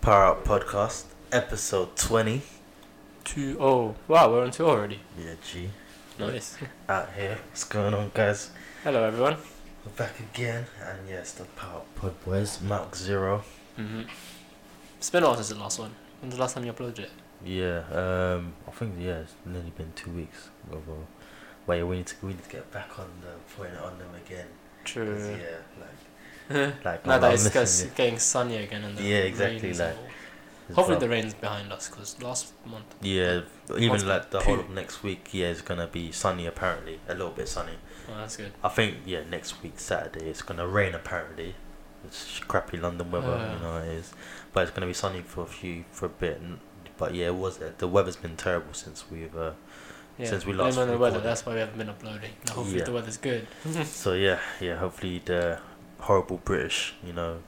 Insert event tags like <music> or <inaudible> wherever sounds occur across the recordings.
Power Up Podcast, episode 20. Two oh wow, we're on two already. Yeah, G. Nice. <laughs> Out here. What's going on, guys? Hello everyone. We're back again. And yes, the Power Up Pod Boys, Mark Zero. Mm-hmm. It's been a while since the last one. When's the last time you uploaded it? Yeah, um, I think, yeah, it's nearly been two weeks. Although, but yeah, we need, to, we need to get back on the putting it on them again. 'Cause, <laughs> True. Yeah, like. Like, now I'm- that I'm it's missing gets- it. getting sunny again and the Yeah, exactly, rain's like, all- as Hopefully well. the rain's behind us because last month. Yeah, Must even be like the whole poo. of next week, yeah, it's gonna be sunny apparently, a little bit sunny. Oh, that's good. I think yeah, next week Saturday it's gonna rain apparently. It's crappy London weather, Uh. you know it is, but it's gonna be sunny for a few for a bit. And, but yeah, it was the weather's been terrible since we've. <laughs> Uh, Yeah. Since we blame last on the weather, recorded. that's why we haven't been uploading. Now hopefully Yeah. the weather's good. so yeah, yeah. Hopefully the horrible British, you know,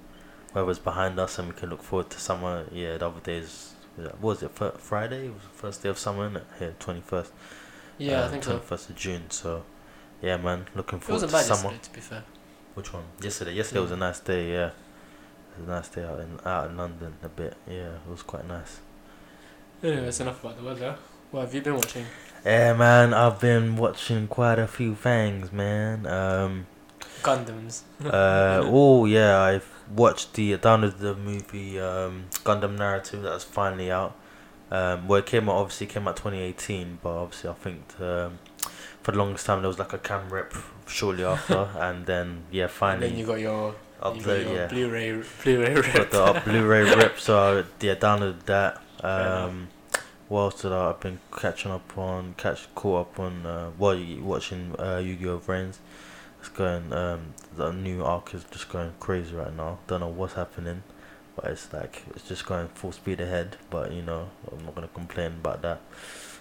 weather's behind us, and we can look forward to summer. Yeah, the other days. What was it? Fir- Friday was the first day of summer, innit? Yeah, twenty first. Yeah, I think so. It First of June. So, yeah, man, looking forward wasn't Uh, to bad summer. yesterday, to be fair. Which one? Yesterday. Yesterday was a Mm. nice day. Yeah, it was a nice day out in out in London a bit. Yeah, it was quite nice. Anyway, that's enough about the weather. What have you been watching? Yeah, man, I've been watching quite a few things, man. <laughs> Um, Gundams. uh, oh yeah, I've watched the downloaded the movie um, Gundam Narrative that's finally out. Um, well, it came out obviously came out twenty eighteen, but obviously I think um, for the longest time there was like a cam rep shortly <laughs> after, and then yeah, And finally then you got your, you got upload your yeah. Blu-ray Blu-ray <laughs> got rip. the uh, Blu-ray rip, so I, yeah, downloaded that. enough. Um, what else did I? I've been catching up on, catch caught up on. Uh, well, you watching uh, Yu-Gi-Oh! Friends. It's going. Um, the new arc is just going crazy right now. Don't know what's happening, but it's like it's just going full speed ahead. But you know, I'm not gonna complain about that.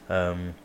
Um,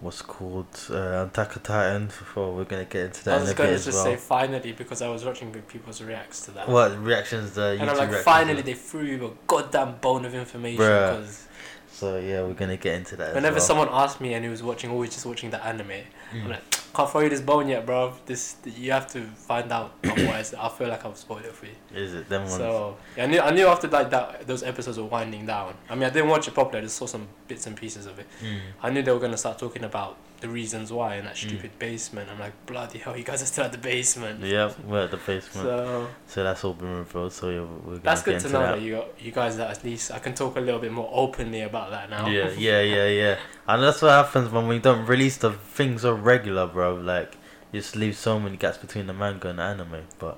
what's it called uh, Attack on Titan. Before we're gonna get into I that in was a bit going to as just well. say finally because I was watching good people's reacts to that. What reactions? The and I'm YouTube like, reactions finally are- they threw you a goddamn bone of information. Bruh. Because So yeah, we're gonna get into that. as whenever well. someone asked me and who was watching, always just watching the anime, Mm. I'm like, can't throw you this bone yet, bro. This you have to find <coughs> out. Otherwise, I feel like I've spoiled it for you. Is it them ones? So yeah, I knew I knew after like that those episodes were winding down. I mean, I didn't watch it properly. I just saw some bits and pieces of it. Mm. I knew they were gonna start talking about the reasons why in that Mm. stupid basement. I'm like, bloody hell, you guys are still at the basement. Yeah, we're at the basement. So, So that's all been revealed. So yeah, we're gonna that's get good into to know that. that you got, you guys are at least I can talk a little bit more openly about that now. <laughs> Yeah, yeah, yeah, yeah. And that's what happens when we don't release the things so regular, bro. Like, you just leave so many gaps between the manga and the anime. But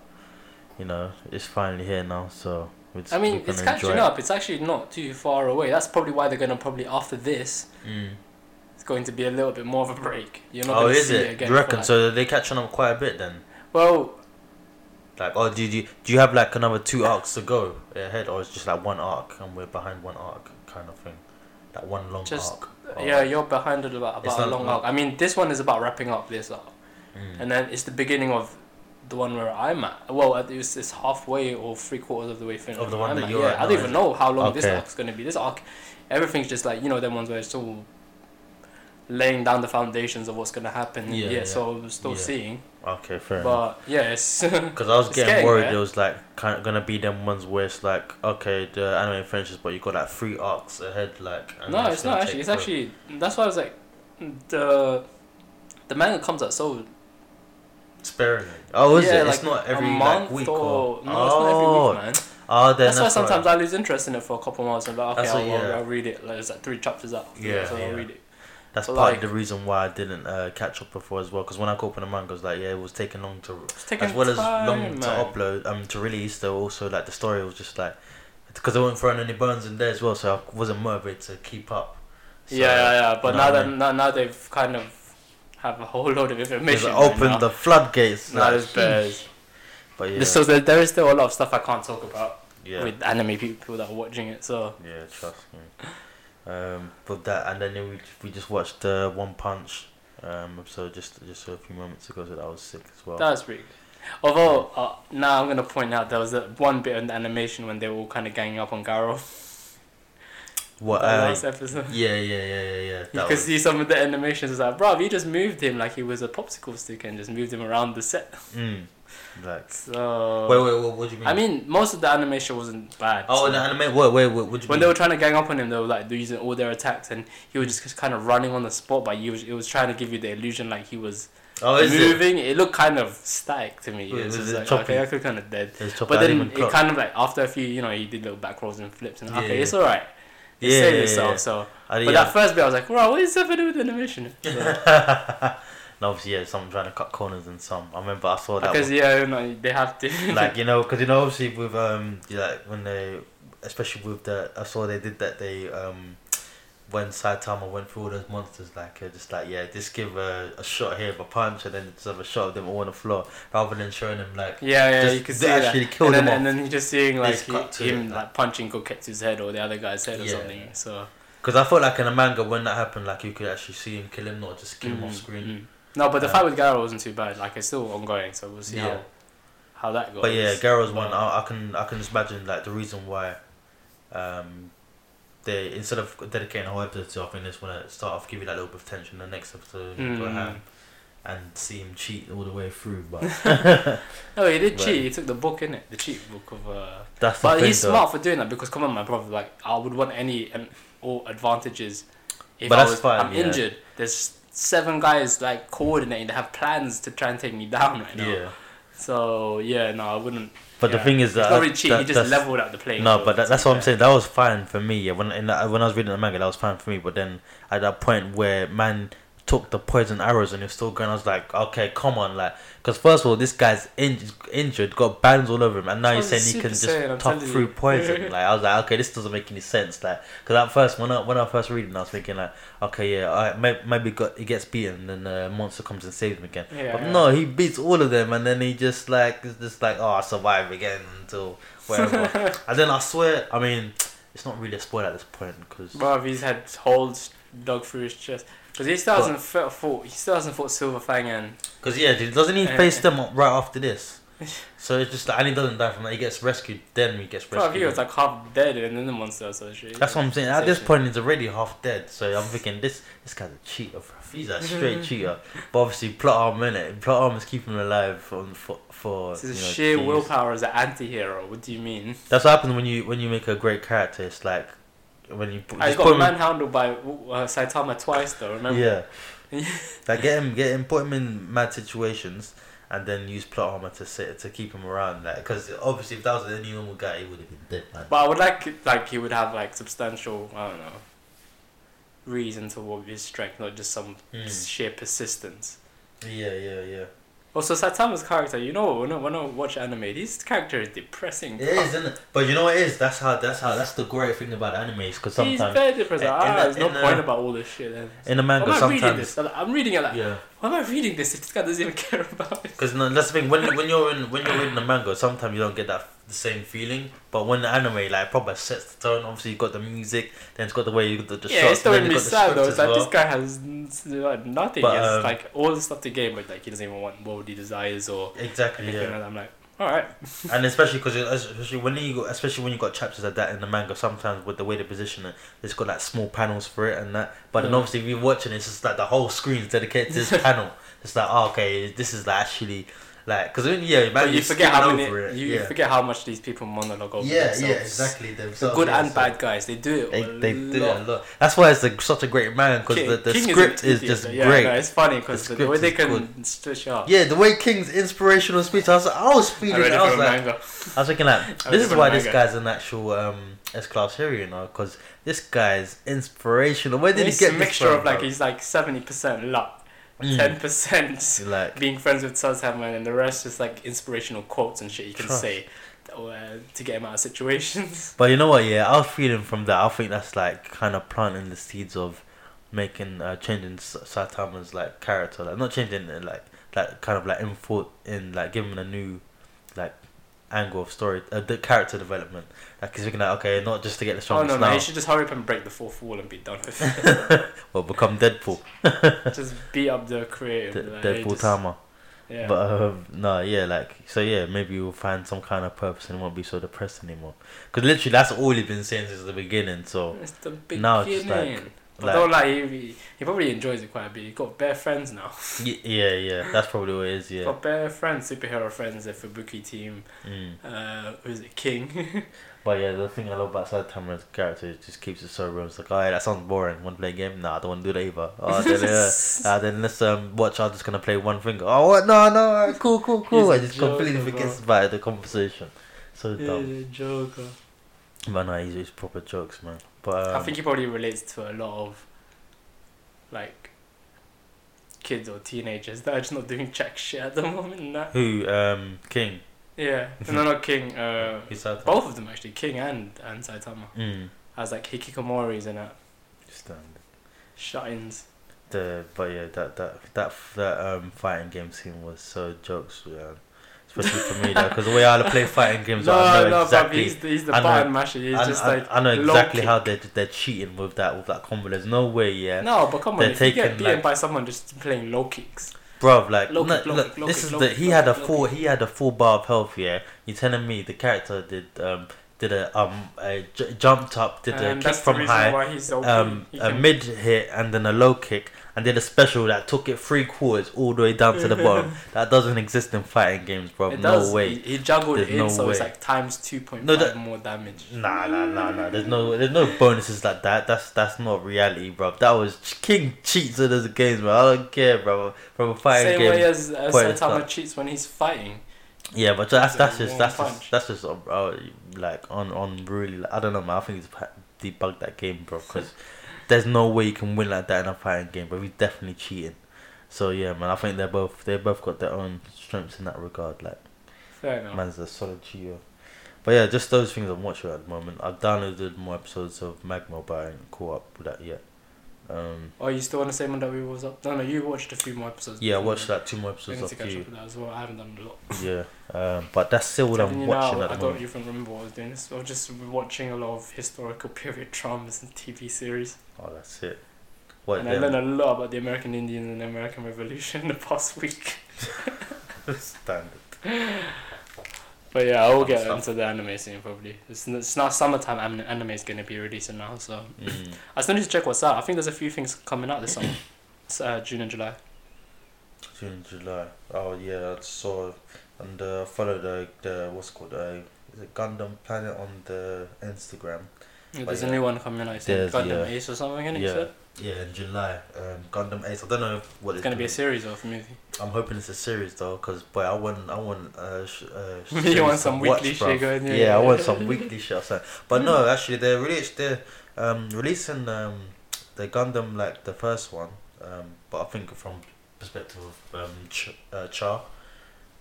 you know, it's finally here now. So we're just, I mean, we're it's gonna enjoy catching up. It's actually not too far away. That's probably why they're gonna probably after this, It. Mm. it's going to be a little bit more of a break. You're not Oh, gonna is see it? it, again. you for reckon? like- So they catching up quite a bit then. well, Like, oh, do you do you have like another two arcs to go ahead, or it's just like one arc and we're behind one arc kind of thing, like one long Just- arc. yeah, you're behind it about, Oh. It's about not- a long not- arc. I mean, this one is about wrapping up this arc, Mm. and then it's the beginning of the one where I'm at. Well, at least it's halfway or three quarters of the way finished. Of the where one I'm that at. you're yeah, at I don't now, even is know how long this Okay. arc's gonna be. This arc, everything's just like you know, them ones where it's all laying down the foundations of what's gonna happen. Yeah, Yeah, yeah. so we're still Yeah. seeing, Okay, fair enough. but yeah, <laughs> it's. Because I was it's getting, getting worried there. it was like kind of gonna be them ones where it's like, okay, the anime finishes, but you got like three arcs ahead, like. And No, that's it's gonna not take actually. It's forever. actually that's why I was like, the the manga comes out so sparingly. Oh, is yeah, it? like it's not every a like, month week or, or. no, oh, it's not every week, man. oh, then That's, that's, why right. sometimes I lose interest in it for a couple months. and I'm like, okay, That's I'll, what- yeah. I'll, I'll read it. Like, there's like three chapters out. Yeah, so yeah. I'll read it. That's but, part like- of the reason why I didn't uh, catch up before as well. Because when I got up in the manga, it was like, yeah, it was taking long to It's taking as well as time, long to man. upload um to release though also like the story was just like because I wasn't throwing any bones in there as well so I wasn't motivated to keep up so, yeah, yeah, yeah. you But know now what I that now, now they've kind of have a whole load of it's information. right opened now. the floodgates Now like, there's bears. but yeah There's still- there- there is still a lot of stuff I can't talk about yeah with anime people that are watching it. So yeah trust me um but that and then we, we just watched uh, One Punch um episode just just a few moments ago so that was sick as well That was pretty good. Although uh, now I'm gonna point out there was that one bit in the animation when they were all kind of ganging up on Garo. what that uh, last episode. <laughs> yeah yeah yeah yeah yeah You that could was, see some of the animations. It's like, bruv, you just moved him like he was a popsicle stick and just moved him around the set. mm, Like, So wait, wait, what, what do you mean? Oh. I mean, most of the animation wasn't bad. oh, the anime. Wait, wait, what, what do you when mean? they were trying to gang up on him, they were like using all their attacks, and he was just kind of running on the spot. But he was, it was trying to give you the illusion like he was oh, is it? moving. It? looked kind of static to me. Was- It's was just it like choppy? okay, I could kind of dead. It's top But then animal it clock. kind of like after a few, you know, he did little back rolls and flips, and Yeah, okay, yeah. it's all right. He Yeah, saved yeah, himself. yeah. So, I but didn't- that first bit, I was like, wow, what is that to do with animation? <laughs> So- no, obviously, yeah, some trying to cut corners and some. I remember I saw that. Because yeah, you know, they have to. one. Like <laughs> you know, because you know, obviously with um, you like when they, especially with the, I saw they did that. They um, when Saitama went through all those monsters, like uh, just like yeah, just give a, a shot here, of a punch, and then just have a shot of them all on the floor, rather than showing them like <laughs> Yeah, yeah, Just- you can they see that. actually killed and, then, him and then you're just seeing like just cut to he- him it, like punching Koketsu's head or the other guy's head or Yeah. something. So Because I felt like in a manga when that happened, like you could actually see him kill him, not just kill him mm, off screen. mm. No, but the Uh, fight with Gara wasn't too bad. Like it's still ongoing, so we'll see Yeah. how how that goes. But yeah, Garo's one. Wow. I, I can I can just imagine like the reason why, um, they instead of dedicating a whole episode to, I think they just want to start off give you that little bit of tension. The next episode Mm. go ham and see him cheat all the way through. <laughs> But <laughs> No, he did Right. cheat. He took the book in it, the cheat book of. Uh, that's the but thing, he's though. smart for doing that because come on, my brother. Like I would want any and all advantages. If But I that's was, fine, I'm yeah. injured. There's seven guys like coordinating. They have plans to try and take me down right now. Yeah, So yeah, no, I wouldn't. but yeah. the thing is it's that not really cheap. that- he just that's- leveled out the play. No, but that, that's what I'm saying. That was fine for me. Yeah, when in that, when I was reading the manga, that was fine for me. But then at that point where man took the poison arrows and he was still going, I was like, okay, come on, like, because first of all, this guy's inj- injured, got bands all over him, and now That's you're what I'm saying he can just super saying, I'm tough telling through you. <laughs> poison. like, I was like, okay, this doesn't make any sense. Like, because at first when I when I first read it, I was thinking like, okay, yeah, all right, may- maybe got he gets beaten, and the monster comes and saves him again. Yeah, but yeah. no, he beats all of them, and then he just like, it's just like, oh, I survive again until <laughs> whatever. And then I swear, I mean, it's not really a spoiler at this point because Bro, he's had holes dug through his chest because he still What? hasn't fought, fought. He still hasn't fought Silver Fang and because yeah, dude, doesn't he Eh. face them up right after <laughs> this? So it's just like, and he doesn't die from that. He gets rescued. Then he gets bro, he rescued. was like half dead and then the monster associated. That's what I'm saying. At this Sensation. point, he's already half dead. So I'm thinking this this guy's a cheater. Bro. He's a straight <laughs> cheater. But obviously, plot arm in it. Plot arm is keeping him alive from for for. This is you know, sheer to use. willpower as an anti-hero. What do you mean? That's what happens when you when you make a great character. It's like when you put, I just put Ah, got him in- manhandled by uh, Saitama twice though. Remember? <laughs> Yeah. like get him, get him, put him in mad situations, and then use plot armor to sit to keep him around. Like, because obviously, if that was any normal guy, he would have been dead, man. But I would like it- like he would have like substantial I don't know reason to walk his strength, not just some Mm. sheer persistence. Yeah, yeah, yeah. Also, Saitama's character, you know, when I, when I watch anime, his character is depressing. It is, isn't it? But you know what it is? That's how. That's how. That's the great thing about animes, because He's sometimes very depressing. in ah, the- there's no in the- point about all this shit. Then. in a manga, why am I reading sometimes this? I'm like- I'm reading it like, yeah. why am I reading this <laughs> if this guy doesn't even care about it? Because no, that's the thing. When when you're in when you're reading a manga, sometimes you don't get that the same feeling. But when the anime like proper sets the tone, obviously you got the music, then it's got the way you got the, the yeah, shots, it's throwing then you me got the sad script though. as It's like, well. this guy has n- s- like, nothing. But, it's um, like all the stuff to gain, but like he doesn't even want worldly desires or Exactly. anything. Yeah. And I'm like, alright. and especially because especially when you got, especially when you got chapters like that in the manga, sometimes with the way they position it, it's got like small panels for it and that. But then Yeah. obviously, if you're watching, it's just like the whole screen's dedicated <laughs> to this panel. It's like oh, okay, this is like, actually like because yeah, man, But you forget how many, over it. you you yeah. forget how much these people monologue over yeah, yeah, themselves. exactly. The Themselves, good yeah, and so bad guys, they do it. They, a they do lot. it a lot. That's why it's a, such a great man because King- the, the King a script is tedious, just though. yeah, great. No, it's funny because The the, way script they is can switch up. Yeah, the way King's inspirational speech, I was, I was I speeding. read it I from was a like, I manga. was thinking like, I this was is why Oh, gonna this manga. guy's an actual um, S-class hero, you know, because this guy's inspirational. Where did it's he get a this mixture from, of like bro? he's like seventy percent luck, Mm. <laughs> ten percent like being friends with Sazhaman, and the rest is like inspirational quotes and shit you can Trust. say or, uh, to get him out <laughs> of situations. But you know what? Yeah, I was feeling from that. I think that's like kind of planting the seeds of making uh, changing S- Saitama's like character, like not changing it, like like kind of like in thought in like giving him a new like angle of story, uh, the character development. Like he's looking at okay, not just to get the oh strongest no, man, now, he should just hurry up and break the fourth wall and be done with it. <laughs> well become Deadpool, just beat up the De- creative. like, they Deadpool just- Tama. Yeah. But um, no, yeah, like so, yeah, maybe we'll find some kind of purpose and won't be so depressed anymore. Because literally, that's all he's been saying since the beginning. So it's the beginning. now it's just like- Although like he, he probably enjoys it quite a bit. He got bare friends now. Y- yeah, yeah, that's probably what it is. Yeah. Got bare friends, superhero friends, the Fubuki team. Mm. Uh, who is it? King. <laughs> But yeah, the thing I love about Side Tamara's character is just keeps it so real. It's like, alright, that sounds boring. Want to play a game? Nah, I don't want to do that <laughs> either. Oh, then, yeah. uh, then let's um, watch. I'm just gonna play one thing. Oh, what? No, no, alright, cool, cool, cool. He's I a just completely joker, forgets about the conversation. So He's dumb. a Joker. But no, he's, he's proper jokes, man. But um, I think he probably relates to a lot of like kids or teenagers that are just not doing jack shit at the moment. and That. who um King? Yeah. No, not King. Uh, He's Side Tamara. both of them actually, King and and Saitama, Mm. as like hikikomoris and that Stand. shut-ins. The but yeah that that that that um fighting game scene was so jokes yeah especially for me though because the way I play fighting games <laughs> I know Bobby, exactly he's the, he's the I know- button masher. He's I, just I- like I know low exactly kick. how they're they're cheating with that with that combo there's no way yeah No, but come on, They're if you get taking, beaten like- by someone just playing low kicks, Bruv, like Low no, kick, low look, kick, low this kick, is low the kick, he low had a kick, low full kick. he had a full bar of health. Yeah, you telling me the character did um did a um a j- jumped up did and a kick that's the from reason high why he's so um he a can- mid hit and then a low kick and did a special that took it three quarters all the way down <laughs> to the bottom. That doesn't exist in fighting games, bro. It No does. way. He, he juggled There's it, no so it's way. like times two point No, five that- more damage. Nah, nah, nah, nah. There's no, there's no bonuses like that. That's that's not reality, bro. That was King cheats in his games, bro. I don't care, bro. From a fighting Same game, way as, as quite a Saitama start. cheats when he's fighting. Yeah, but that's It's that's a just warm that's punch. just, that's just uh, uh, like on on really like, I don't know man. I think he's ha- debugged that game, bro. Because <laughs> there's no way you can win like that in a fighting game, but he's definitely cheating. So yeah, man. I think they're both they both got their own strengths in that regard. Like Fair enough. man's a solid cheater. But yeah, just those things I'm watching at the moment. I've downloaded more episodes of Magma, but I ain't caught up with that yet. Um, Oh, you still want to say when that we was up? No, no, you watched a few more episodes. yeah, I before watched then. like two more I episodes need to of catch you. up with that as well. I haven't done a lot. Yeah, um, but that's still what Telling I'm you watching now, at the I moment. don't even remember what I was doing. This- I was just watching a lot of historical <laughs> period dramas and TV series. Oh, that's it. What? and I them- learned a lot about the American Indians and the American Revolution in the past <laughs> week. Standard. But yeah, I'll Fun get stuff. into the anime soon probably. It's, n- it's not summertime an- anime is going to be releasing now, so Mm. I still need to check what's out. I think there's a few things coming out <coughs> this summer. It's uh, June and July. June, July. Oh yeah, I saw and uh, I followed the the what's it called uh, is it Gundam Planet on the Instagram. Yeah, there's Oh, yeah. a new one coming out. It's There's- Gundam yeah. Ace or something, isn't it? Yeah, you said? Yeah, in July, um, Gundam Ace. I don't know if what It's it's going to be doing. a series or <laughs> a movie. <laughs> I'm hoping it's a series though, cause boy, I want I want uh, sh- uh <laughs> You series want to some watch, weekly bruv. shit going, yeah, yeah, I yeah. want some <laughs> weekly shit. or something. But no, actually, they're really they're um releasing um the Gundam like the first one um but I think from perspective of um Ch- uh, Char,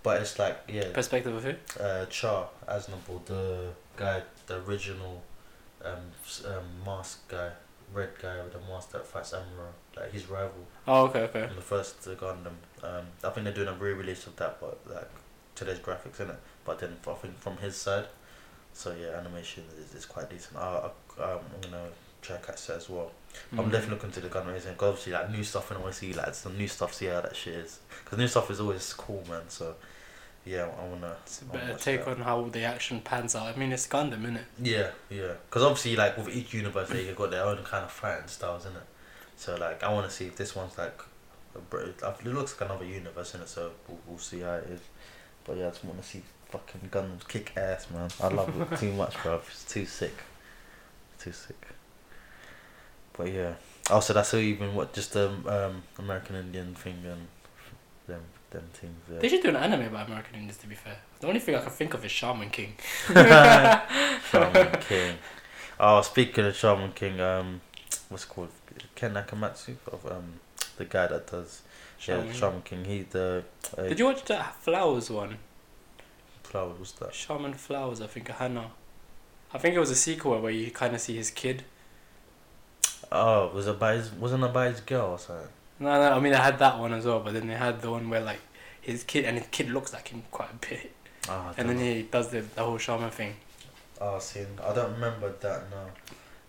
but it's like yeah Perspective of who? uh, Char Aznavour, the guy, the original um, s- um, mask guy, red guy with the mask that fights Amuro, like his rival Oh, okay, okay. in the first uh, Gundam. Um, I think they're doing a re-release of that, but like today's graphics in it. But then I think from his side, so yeah, animation is, is quite decent. I, I, um, I'm gonna try and catch that as well. I'm Mm. definitely looking to the gun racing 'cause obviously like new stuff and I want to see like some new stuff, see how that shit is. Because new stuff is always cool, man. So yeah, I wanna. It's a I'll better watch take that. on how the action pans out. I mean, it's Gundam, isn't it? Yeah, yeah. Because obviously, like with each universe, they've got their own kind of fighting styles in it. So like, I want to see if this one's like, a br- uh, it looks like another universe in it. So we'll, we'll see how it is. But yeah, I just want to see fucking guns kick ass, man. I love it too much, bro. It's too sick, too sick. But yeah. Also, that's all even what just the um, American Indian thing and them them things. Yeah. They should do an anime about American Indians, to be fair. The only thing I can think of is Shaman King. <laughs> Shaman King. Oh, speaking of Shaman King, um, what's it called Ken Nakamatsu of um the guy that does Shaman yeah King. Shaman King. He the uh, Did you watch that Flowers one? flower. What's that? Shaman Flowers, I think, Hannah. I think it was a sequel where you kind of see his kid. Oh, was it by his wasn't it by his girl or something? No, no, I mean, I had that one as well, but then they had the one where, like, his kid, and his kid looks like him quite a bit. Oh, I don't And then know. he does the, the whole shaman thing. Oh, see, I don't remember that now.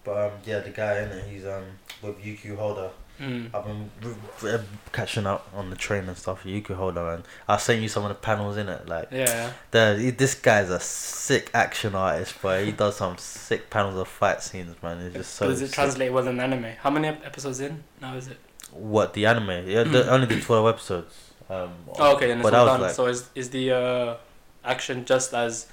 But um, yeah, the guy in it, he's um with Yukio Holder. Mm. I've been r- r- catching up on the train and stuff. You could hold on, man. I'll send you some of the panels in it. Like, Yeah. the, he- this guy's a sick action artist, but he does some sick panels of fight scenes, man. It's just so. Does it sick. translate well in anime? How many ep- episodes in now is it? What the anime? Yeah, the, only the twelve episodes. Um, Mm. Oh, okay, then it's but all that was done. like- So is is the uh, action just as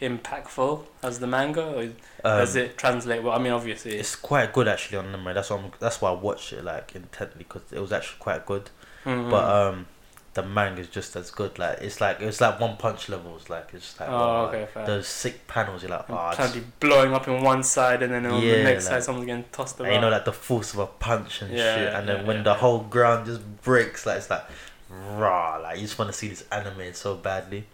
impactful as the manga, or um, does it translate well? I mean, obviously, It's quite good actually on anime. That's why I'm, that's why I watched it like intently because it was actually quite good. Mhm. But um, the manga is just as good. Like it's like it's like One Punch levels. Like it's just like, oh, wow, okay, like, fair. those sick panels. You're like, And oh, Trying to be blowing up in one side, and then on the Yeah, next like- side, someone's getting tossed And you around. know, like the force of a punch and Yeah, shit. And then yeah, when yeah, the yeah. whole ground just breaks, like it's like raw. Like you just want to see this anime so badly,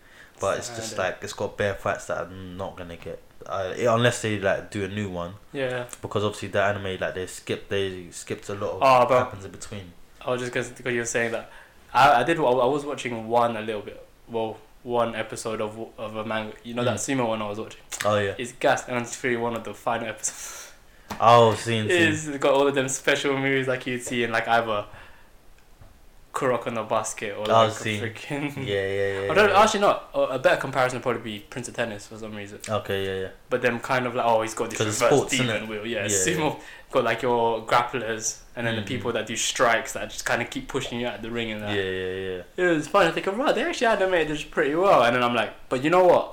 but it's just Sad, eh? like it's got bare fights that I'm not gonna get uh, unless they like do a new one yeah, because obviously the anime like they skip they skipped a lot of Oh, what but- happens in between. I was just because because you were saying that. I, I did. I was watching one a little bit. Well, one episode of of a manga. You know that sumo one I was watching. Oh Mm. yeah. It's gas and it's really one of the final episodes. <laughs> Oh, scene scene. is got all of them special moves like you'd see in like either Kurok on the basket or Oh, like a see. freaking Yeah, <laughs> yeah, yeah. <laughs> I don't yeah. actually not a a better comparison would probably be Prince of Tennis for some reason Okay, yeah, yeah. but then kind of like oh he's got this 'Cause it's reverse sports, isn't demon wheel yeah, Yeah, sumo got like your grapplers and then Mhm. the people that do strikes that just kind of keep pushing you out of the ring and that Yeah, yeah, yeah. it was fun I think right they actually animated this pretty well and then I'm like but you know what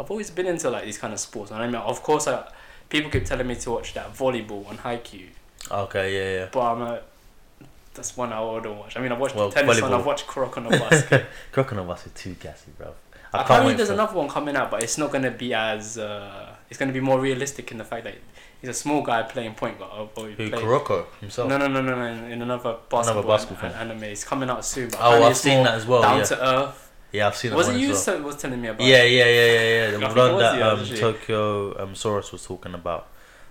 I've always been into like these kind of sports and I mean of course I, people keep telling me to watch that volleyball on Haikyuu Okay, yeah, but I'm a, that's one I wouldn't watch. I mean, I've watched Well, tennis and volleyball. I've watched croc on <laughs> the bus. yeah. Crocodile Bus is too gassy, bro. I can't Apparently, wait there's for- another one coming out, but it's not going to be as. Uh, it's going to be more realistic in the fact that he's a small guy playing point guard. Or, or he Who play- Kuroko himself? no, no, no, no, no, in, in another basketball, basketball an- anime. It's coming out soon. Oh, But apparently I've it's seen more that as well. Down yeah. to earth. yeah, I've seen that Was one it as you well. so, was telling me about? Yeah, yeah, yeah, yeah, yeah. I The think one it was that the um, other shit. Tokyo um, Soros was talking about.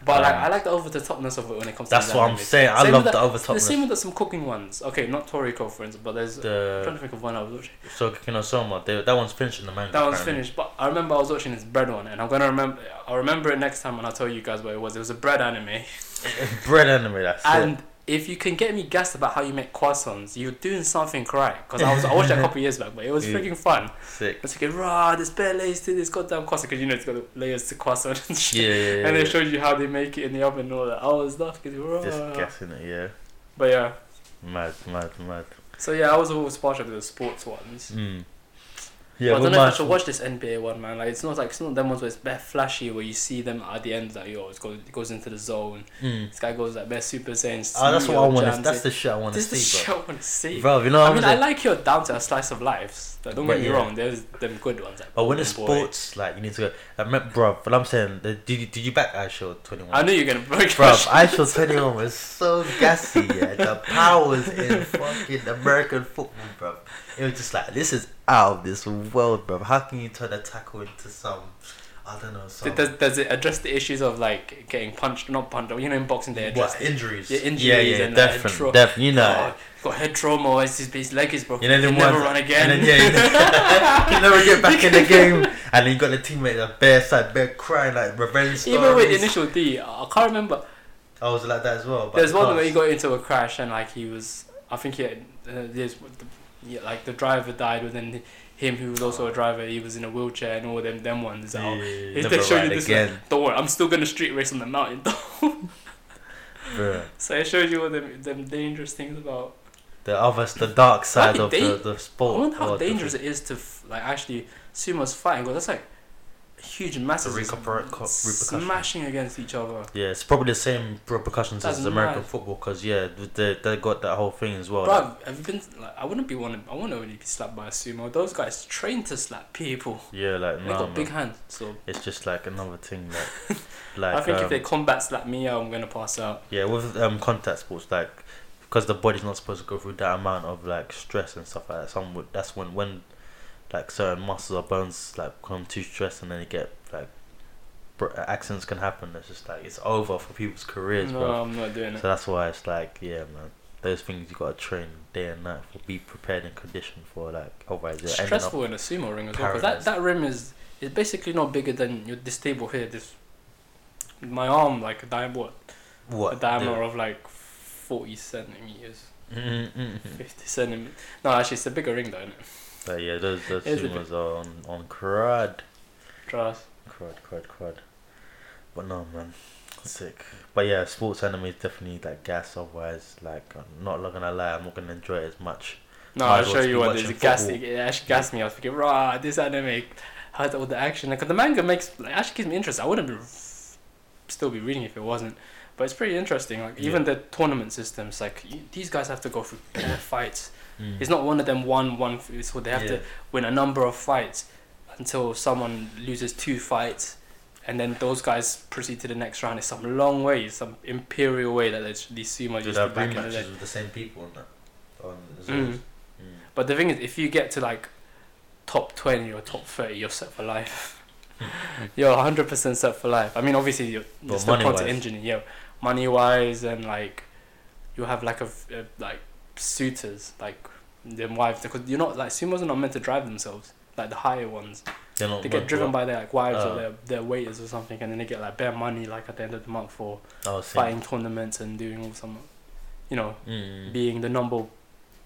But like, Um, I like the over the topness of it when it comes to That's these what I'm animes. saying. I Same love with the over The same topness. with the, some cooking ones. Okay, not Toriko, for instans, but there's. I'm trying The to think of one I was watching. Sokinosoma, they- that one's finished in the manga. That one's apparently. finished, but I remember I was watching this bread one, and I'm gonna remember. I'll remember it next time, and I'll tell you guys what it was. It was a bread anime, <laughs> Bread anime, that's it. and if you can get me gassed about how you make croissants, you're doing something right. Cause I was I watched it <laughs> a couple years back, but it was Yeah. freaking fun. Sick. It's like rah, there's bare layers to this goddamn croissant, cause you know it's got layers to croissant and shit. Yeah, yeah, yeah. and yeah. they uh, showed you how they make it in the oven and all that. I was laughing, Just rah. guessing it, yeah. But yeah, Mad, mad, mad. so yeah, I was always partial to the sports ones. Mm. Yeah, Yeah, I with don't know my, if I should watch this NBA one, man. Like, it's not like it's not them ones where it's bare flashy, where you see them at the end that yo, it goes, it goes into the zone. Mm. This guy goes like bare Super Saiyan. Oh, that's three what I or want. to jams That's it. the shit I want to This is the see, shit bro. I want to see. Bro, you know what I I'm mean, I saying? like your down to a slice of lives. Like, don't But get me yeah. wrong. There's them good ones. Like, But when it's Oh, Boy. sports, like you need to go. I mean, bro, but I'm saying, the- did you, did you back I Show 21? I knew you're gonna break. Bro, Bro, I Show 21 was so gassy, yeah. <laughs> The powers in fucking American football, bro. It was just like, this is out of this world, bro. How can you turn a tackle into some, I don't know, some. does does it address the issues of like getting punched, not punched? You know, in boxing they address what, injuries? Yeah, injuries Yeah, yeah, and, uh, definitely. tro- definitely, you know. Oh, got head trauma. or His, his leg is broken. You know he them never ones- run again. And then, yeah, <laughs> <laughs> you never get back in the game. And then you got the teammate that bare side, bare crying like revenge stories. Even with initial D, I can't remember. I was Oh, like that as well. But There's one class. where he got into a crash and like he was, I think he had, uh, this, the, yeah, like the driver died, but then him who was also a driver, he was in a wheelchair and all them them ones. Yeah, Yeah. yeah, If yeah. they Never show you ride this, again, like, don't worry, I'm still gonna street race on the mountain. bro. so it shows you all them them dangerous things about. The other, the dark side be of dan- the, the I sport. wonder or how the- dangerous it is to f- like actually sumo's fighting because that's like huge masses just repercu- co- repercussions. smashing against each other. Yeah, it's probably the same repercussions That's as American mad. football because yeah, they they got that whole thing as well. like- Bro, have you been? Like, I wouldn't be one. I wouldn't really be slapped by a sumo. Those guys trained to slap people. yeah, like They no, got big hands, so it's just like another thing. Like, like <laughs> I think um, if they combat slap me, I'm gonna pass out. Yeah, with um, contact sports, like because the body's not supposed to go through that amount of like stress and stuff like that. Some would, that's when when like certain muscles or bones like become too stressed and then you get like br- accidents can happen. It's just like it's over for people's careers, no, bro. I'm not doing it. So that's why it's like yeah, man. Those things you gotta train day and night for. Be prepared and conditioned for like otherwise you're It's ending up. stressful in a sumo ring as well. 'cause that paralyzed. that rim is is basically not bigger than your this table here. This my arm like a diamond, what What a diameter the- Mm-hmm. of like 40 centimeters, <laughs> but 50 centimeters. No, actually, it's a bigger ring though, isn't it? yeah, those those Here's the swimmers are on on crud, Trust. crud, crud, crud. But no, man, sick. But yeah, sports anime is definitely like gas. Otherwise, like I'm not gonna lie, I'm not gonna enjoy it as much. No, Might I'll as well show just you be what this watching gas football. it actually gassed me. I was thinking, rah, this anime had all the action. Like, the manga makes like, actually gives me interest. I wouldn't be, still be reading if it wasn't. But it's pretty interesting. Like even the tournament systems, like you, these guys have to <coughs> go through bare fights. Mm. It's not one of them one one. f- So they have to Yeah. win a number of fights until someone loses two fights, and then those guys proceed to the next round. It's some long way, it's some imperial way that they- these sumo Did used I to bring back in the day. matches with the same people on that? On Mm. Zeus? Mm. But the thing is, if you get to like top 20 or top 30, you're set for life. you're 100% set for life. I mean, obviously, you're, But you're still prone to money-wise. injury, yeah. Money wise, and like you have like a, v- a- like suitors, like their wives, because you're not like sumos are not meant to drive themselves. Like the higher ones, They're not they get driven by their like wives Oh. or their, their waiters or something, and then they get like bare money like at the end of the month for oh, fighting tournaments and doing all some, you know, Mm. being the number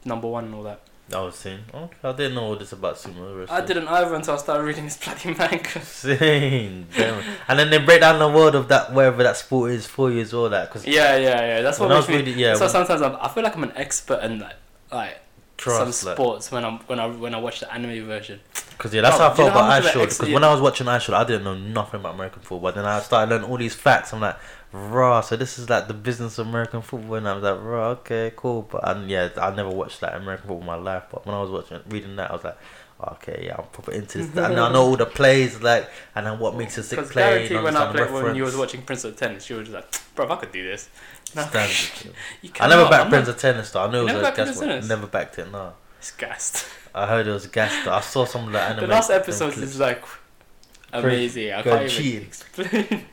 number one and all that. I was saying, okay, I didn't know all this about sumo wrestling. <laughs> I didn't either until I started reading this bloody <laughs> manga. Same. Damn. and then they break down the world of that wherever that sport is for you as well. That because Yeah, yeah, yeah. That's what when I was makes me. reading, yeah, so when- sometimes I'm, I feel like I'm an expert in like, like some trust, like, sports when I'm when I when I watch the anime version. Because yeah, that's No, how I you felt know how about much of Ice an Shield. ex- Because yeah. when I was watching Ice Shield, I didn't know nothing about American football. Then I started learning all these facts. I'm like, rah. So this is like the business of American football, and I was like, rah, okay, cool. But and yeah, I never watched like American football in my life. But when I was watching, reading that, I was like. "Oh, Okay, yeah, I'm proper into this. and I know all the plays, like, and then what makes a sick Because play. guaranteed and when I understand the played when you was reference. watching Prince of Tennis, you were just like, bro, I could do this. No, Standard. <laughs> you I never cannot. backed I'm Prince not- of Tennis though. I knew it You never was a backed Prince gas of one. Tennis? Never backed it, no. It's gassed. I heard it was gas though. I saw some of the anime. The last them episode clips. is like amazing. I Go can't cheating. even <laughs> explain.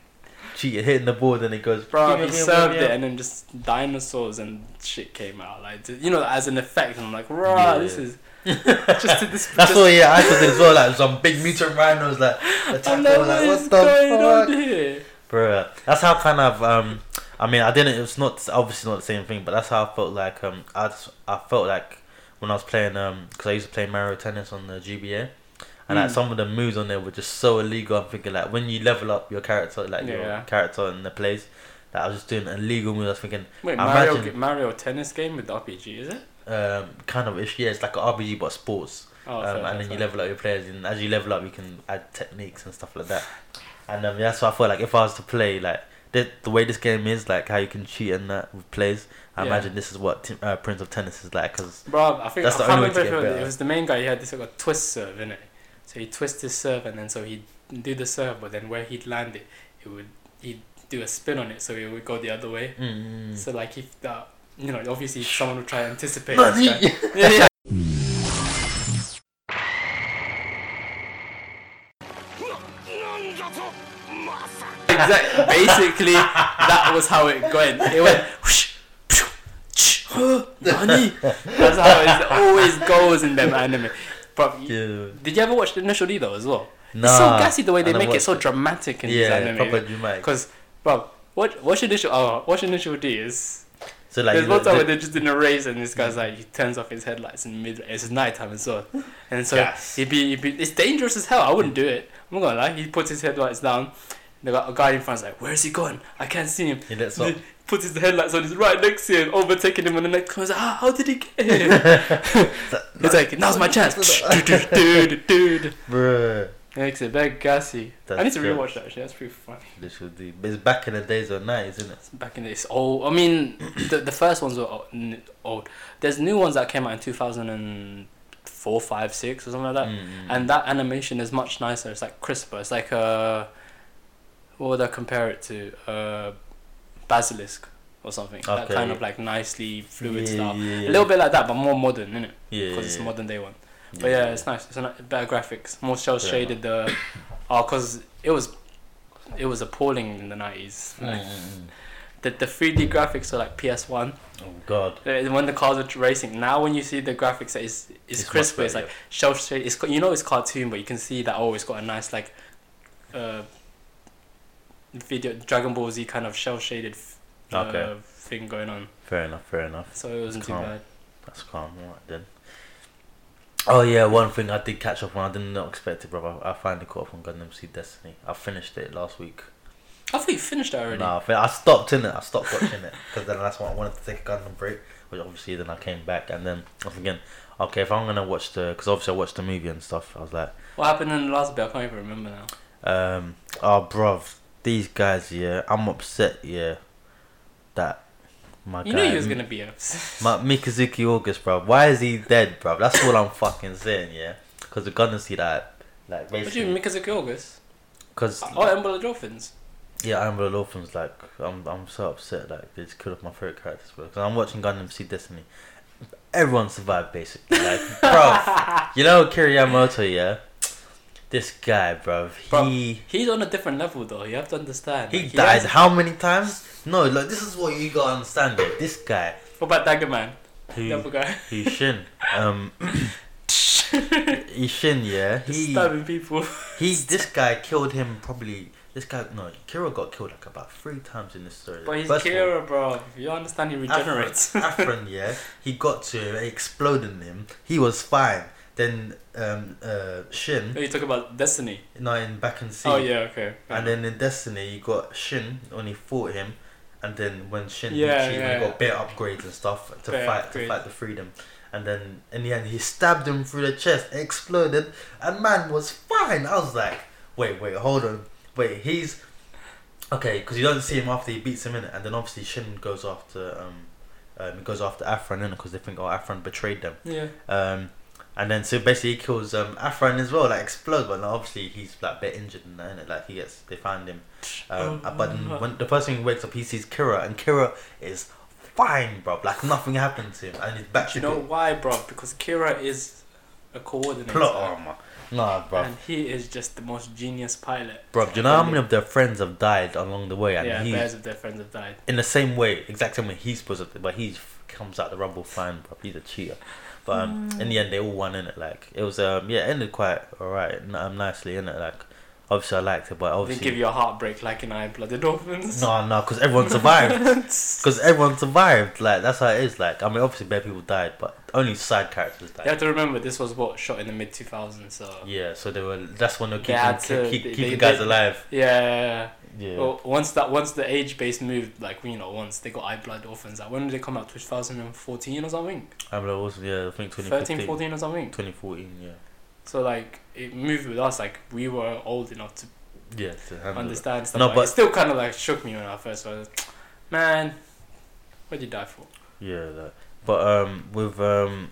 cheating, hitting the ball, then it goes. <laughs> "Bing, Bro, he bing, bing, served bing, it bing." and then just dinosaurs and shit came out. Like, you know, as an effect. And I'm like, rah, Yeah. <laughs> this is. <laughs> just to this. That's just, all. Yeah, I saw this as well. Like some big mutant rhinos, <laughs> like I'm attacking. like, Like, what what is the going fuck, on here? bro? That's how kind of um. I mean, I didn't. It's not obviously not the same thing, but that's how I felt like um. I just, I felt like when I was playing um because I used to play Mario Tennis on the GBA. And like Mm. some of the moves on there were just so illegal. I'm thinking like when you level up your character, like your Yeah. character in the plays, that I was just doing illegal moves. I was thinking, Wait, I Mario imagine- ga- Mario tennis game with RPG, is it? um, kind of ish. Yeah, it's like an RPG but sports. Oh, um, fair, and fair, then you fair. level up your players, and as you level up, you can add techniques and stuff like that. And um, yeah, so I feel like if I was to play like the, the way this game is, like how you can cheat and that with plays, I Yeah. imagine this is what Tim, uh, Prince of Tennis is like. Because Bro, I think That's I the can't only way to remember if it get was, better. it was the main guy. He had this like a twist serve in it, so he twist his serve and then so he would do the serve, but then where he'd land it, it would he'd do a spin on it, so it would go the other way. <laughs> So like if that, you know, obviously someone would try and anticipate. this guy. <laughs> yeah, yeah. <laughs> Exactly. Basically, that was how it went. It went. whoosh, phew, tsh, <gasps> huh, nani? That's how it always goes in them anime. But did you ever watch the initial D though as well? nah, It's so gassy the way they and I make it so watched dramatic in yeah, these proper anime. dramatic. Because, bro, what what's initial? Oh, what's initial D is So like, there's you one know, time where the- they're just in a race and this guy's like he turns off his headlights in mid it's nighttime as well. And so Yes. he'd be, he'd be it's dangerous as hell, I wouldn't do it. I'm not gonna lie. He puts his headlights down, the guy, a guy in front's like, Where's he gone? I can't see him. he lets <laughs> <laughs> up. He puts his headlights on, he's right next to him, overtaking him on the next corner. Like, ah, how did he get <laughs> here? <laughs> it's like, now's my chance. dude, dude, dude, dude. Bruh. Makes it very gassy. I need That's to good. rewatch that actually, that's pretty funny. This would be. But it's back in the days of night, isn't it? back in this old. I mean, the, the first ones were o- n- old. There's new ones that came out in 2004, 5, 6 or something like that. Mm, mm. And that animation is much nicer. It's like crisper. It's like uh, what would I compare it to? Uh, Basilisk or something. That Okay. kind of like nicely fluid yeah, style. Yeah, A little bit like that, but more modern, innit? Yeah, Because it's a yeah, modern day one. But yeah, it's nice. It's a ni- better graphics, more cell Fair shaded. The oh, cause it was, it was appalling in the nineties. Mm, mm, The the three D graphics are like PS One. mm. Oh God. When the cars are racing, now when you see the graphics, that is it's, It's much crisp. It's better, like shell shaded. It's ca- you know it's cartoon, but you can see that oh, it's got a nice like, uh, video Dragon Ball Z kind of shell shaded uh, Okay. thing going on. Fair enough. Fair enough. So it wasn't Calm. too bad. That's calm. Alright then. Oh yeah, one thing I did catch up on. I did not expect it, brother. I finally caught up on Gundam Seed Destiny. I finished it last week. I thought you finished that already. Nah, I fin- I stopped in it. I stopped watching it because then that's what I wanted to take a Gundam break. Which obviously then I came back and then I was thinking, okay, if I'm gonna watch the, because obviously I watched the movie and stuff. I was like, What happened in the last bit? I can't even remember now. um, oh bruv, these guys, yeah, I'm upset, yeah, that my you guy, knew he was gonna be <laughs> upset. my Mikazuki August, bruv. Why is he dead, bruv? That's what I'm fucking saying, yeah. Because the Gundam Seed app, like What do you mean, basically, Mikazuki August? because Oh, Ember Dolphins. Yeah, I'm with Orphans. Like, I'm, I'm so upset. Like, they just killed off my favorite characters. Because I'm watching Gundam Seed Destiny. Everyone survived, basically. <laughs> Like, bro, you know Kiriyamoto, yeah. This guy, bro, Bruv. he He's on a different level though. You have to understand. he Like, died Has... how many times? No, like this is what you gotta understand. Like, this guy, What about Dagger Man? who Double guy. who Shin, um, he Shin, <laughs> yeah, Just he stabbing people. he this guy killed him probably. This guy, no, Kira got killed like about three times in this story. <laughs> But he's First of all, Kira, bro. You understand <laughs> he regenerates. <laughs> Afrin, yeah, he got to him, it exploded in him. He was fine. Then um, uh, no, Shin, you talk about Destiny. no, in back and sea, Oh yeah, okay. and then in Destiny you got Shin when he fought him, and then when Shin Yeah, he, yeah. he got better upgrades and stuff to Better fight upgrades. to fight the freedom, and then in the end he stabbed him through the chest, it exploded, and man was fine. I was like, wait, wait, hold on, wait, he's okay because you don't see him after he beats him in it, and then obviously Shin goes after um, um he goes after Afron in because they think oh Afron betrayed them. yeah. Um, and then so basically he kills um Afron as well, like explodes, but obviously he's like a bit injured and that, innit? like he gets they find him. Um, Oh. but then when the person who wakes up, he sees Kira, and Kira is fine, bro. Like nothing happened to him, and he's back Do to you know the why, bro? Because Kira is a coordinator. plot armor. Nah, bro. And he is just the most genius pilot. Bro, do you know how many of their friends have died along the way, and yeah, he's bears of their friends have died. in the same way, exact same way he's supposed to, but he comes out the rumble fine, bro. He's a cheater. But um, in the end, they all won in it. Like it was, um, yeah, it ended quite alright, n- um, nicely in it. Like obviously, I liked it, but They give obviously, you a heartbreak like in I Blooded <laughs> Dolphins. no, no, because everyone survived. Because everyone survived. Like that's how it is. Like I mean, obviously, bad people died, but only side characters died. You have to remember this was what shot in the mid 2000s. So Yeah, so they were. That's when they They keep had to- keep, keep, they- keeping they- Oh. guys they- alive. yeah, yeah, yeah. Yeah. Well, once that once the age base moved, like you know, once they got I Blood Orphans. Like, when did they come out? 2014 or something. I mean, it was yeah. I think 13, 2015, 14 or something. 2014, Yeah. So like it moved with us. Like we were old enough to Yeah. To handle it. understand stuff. No, like, but- it still kind of like shook me when I first was, man, what did you die for? Yeah, that. But um, with um,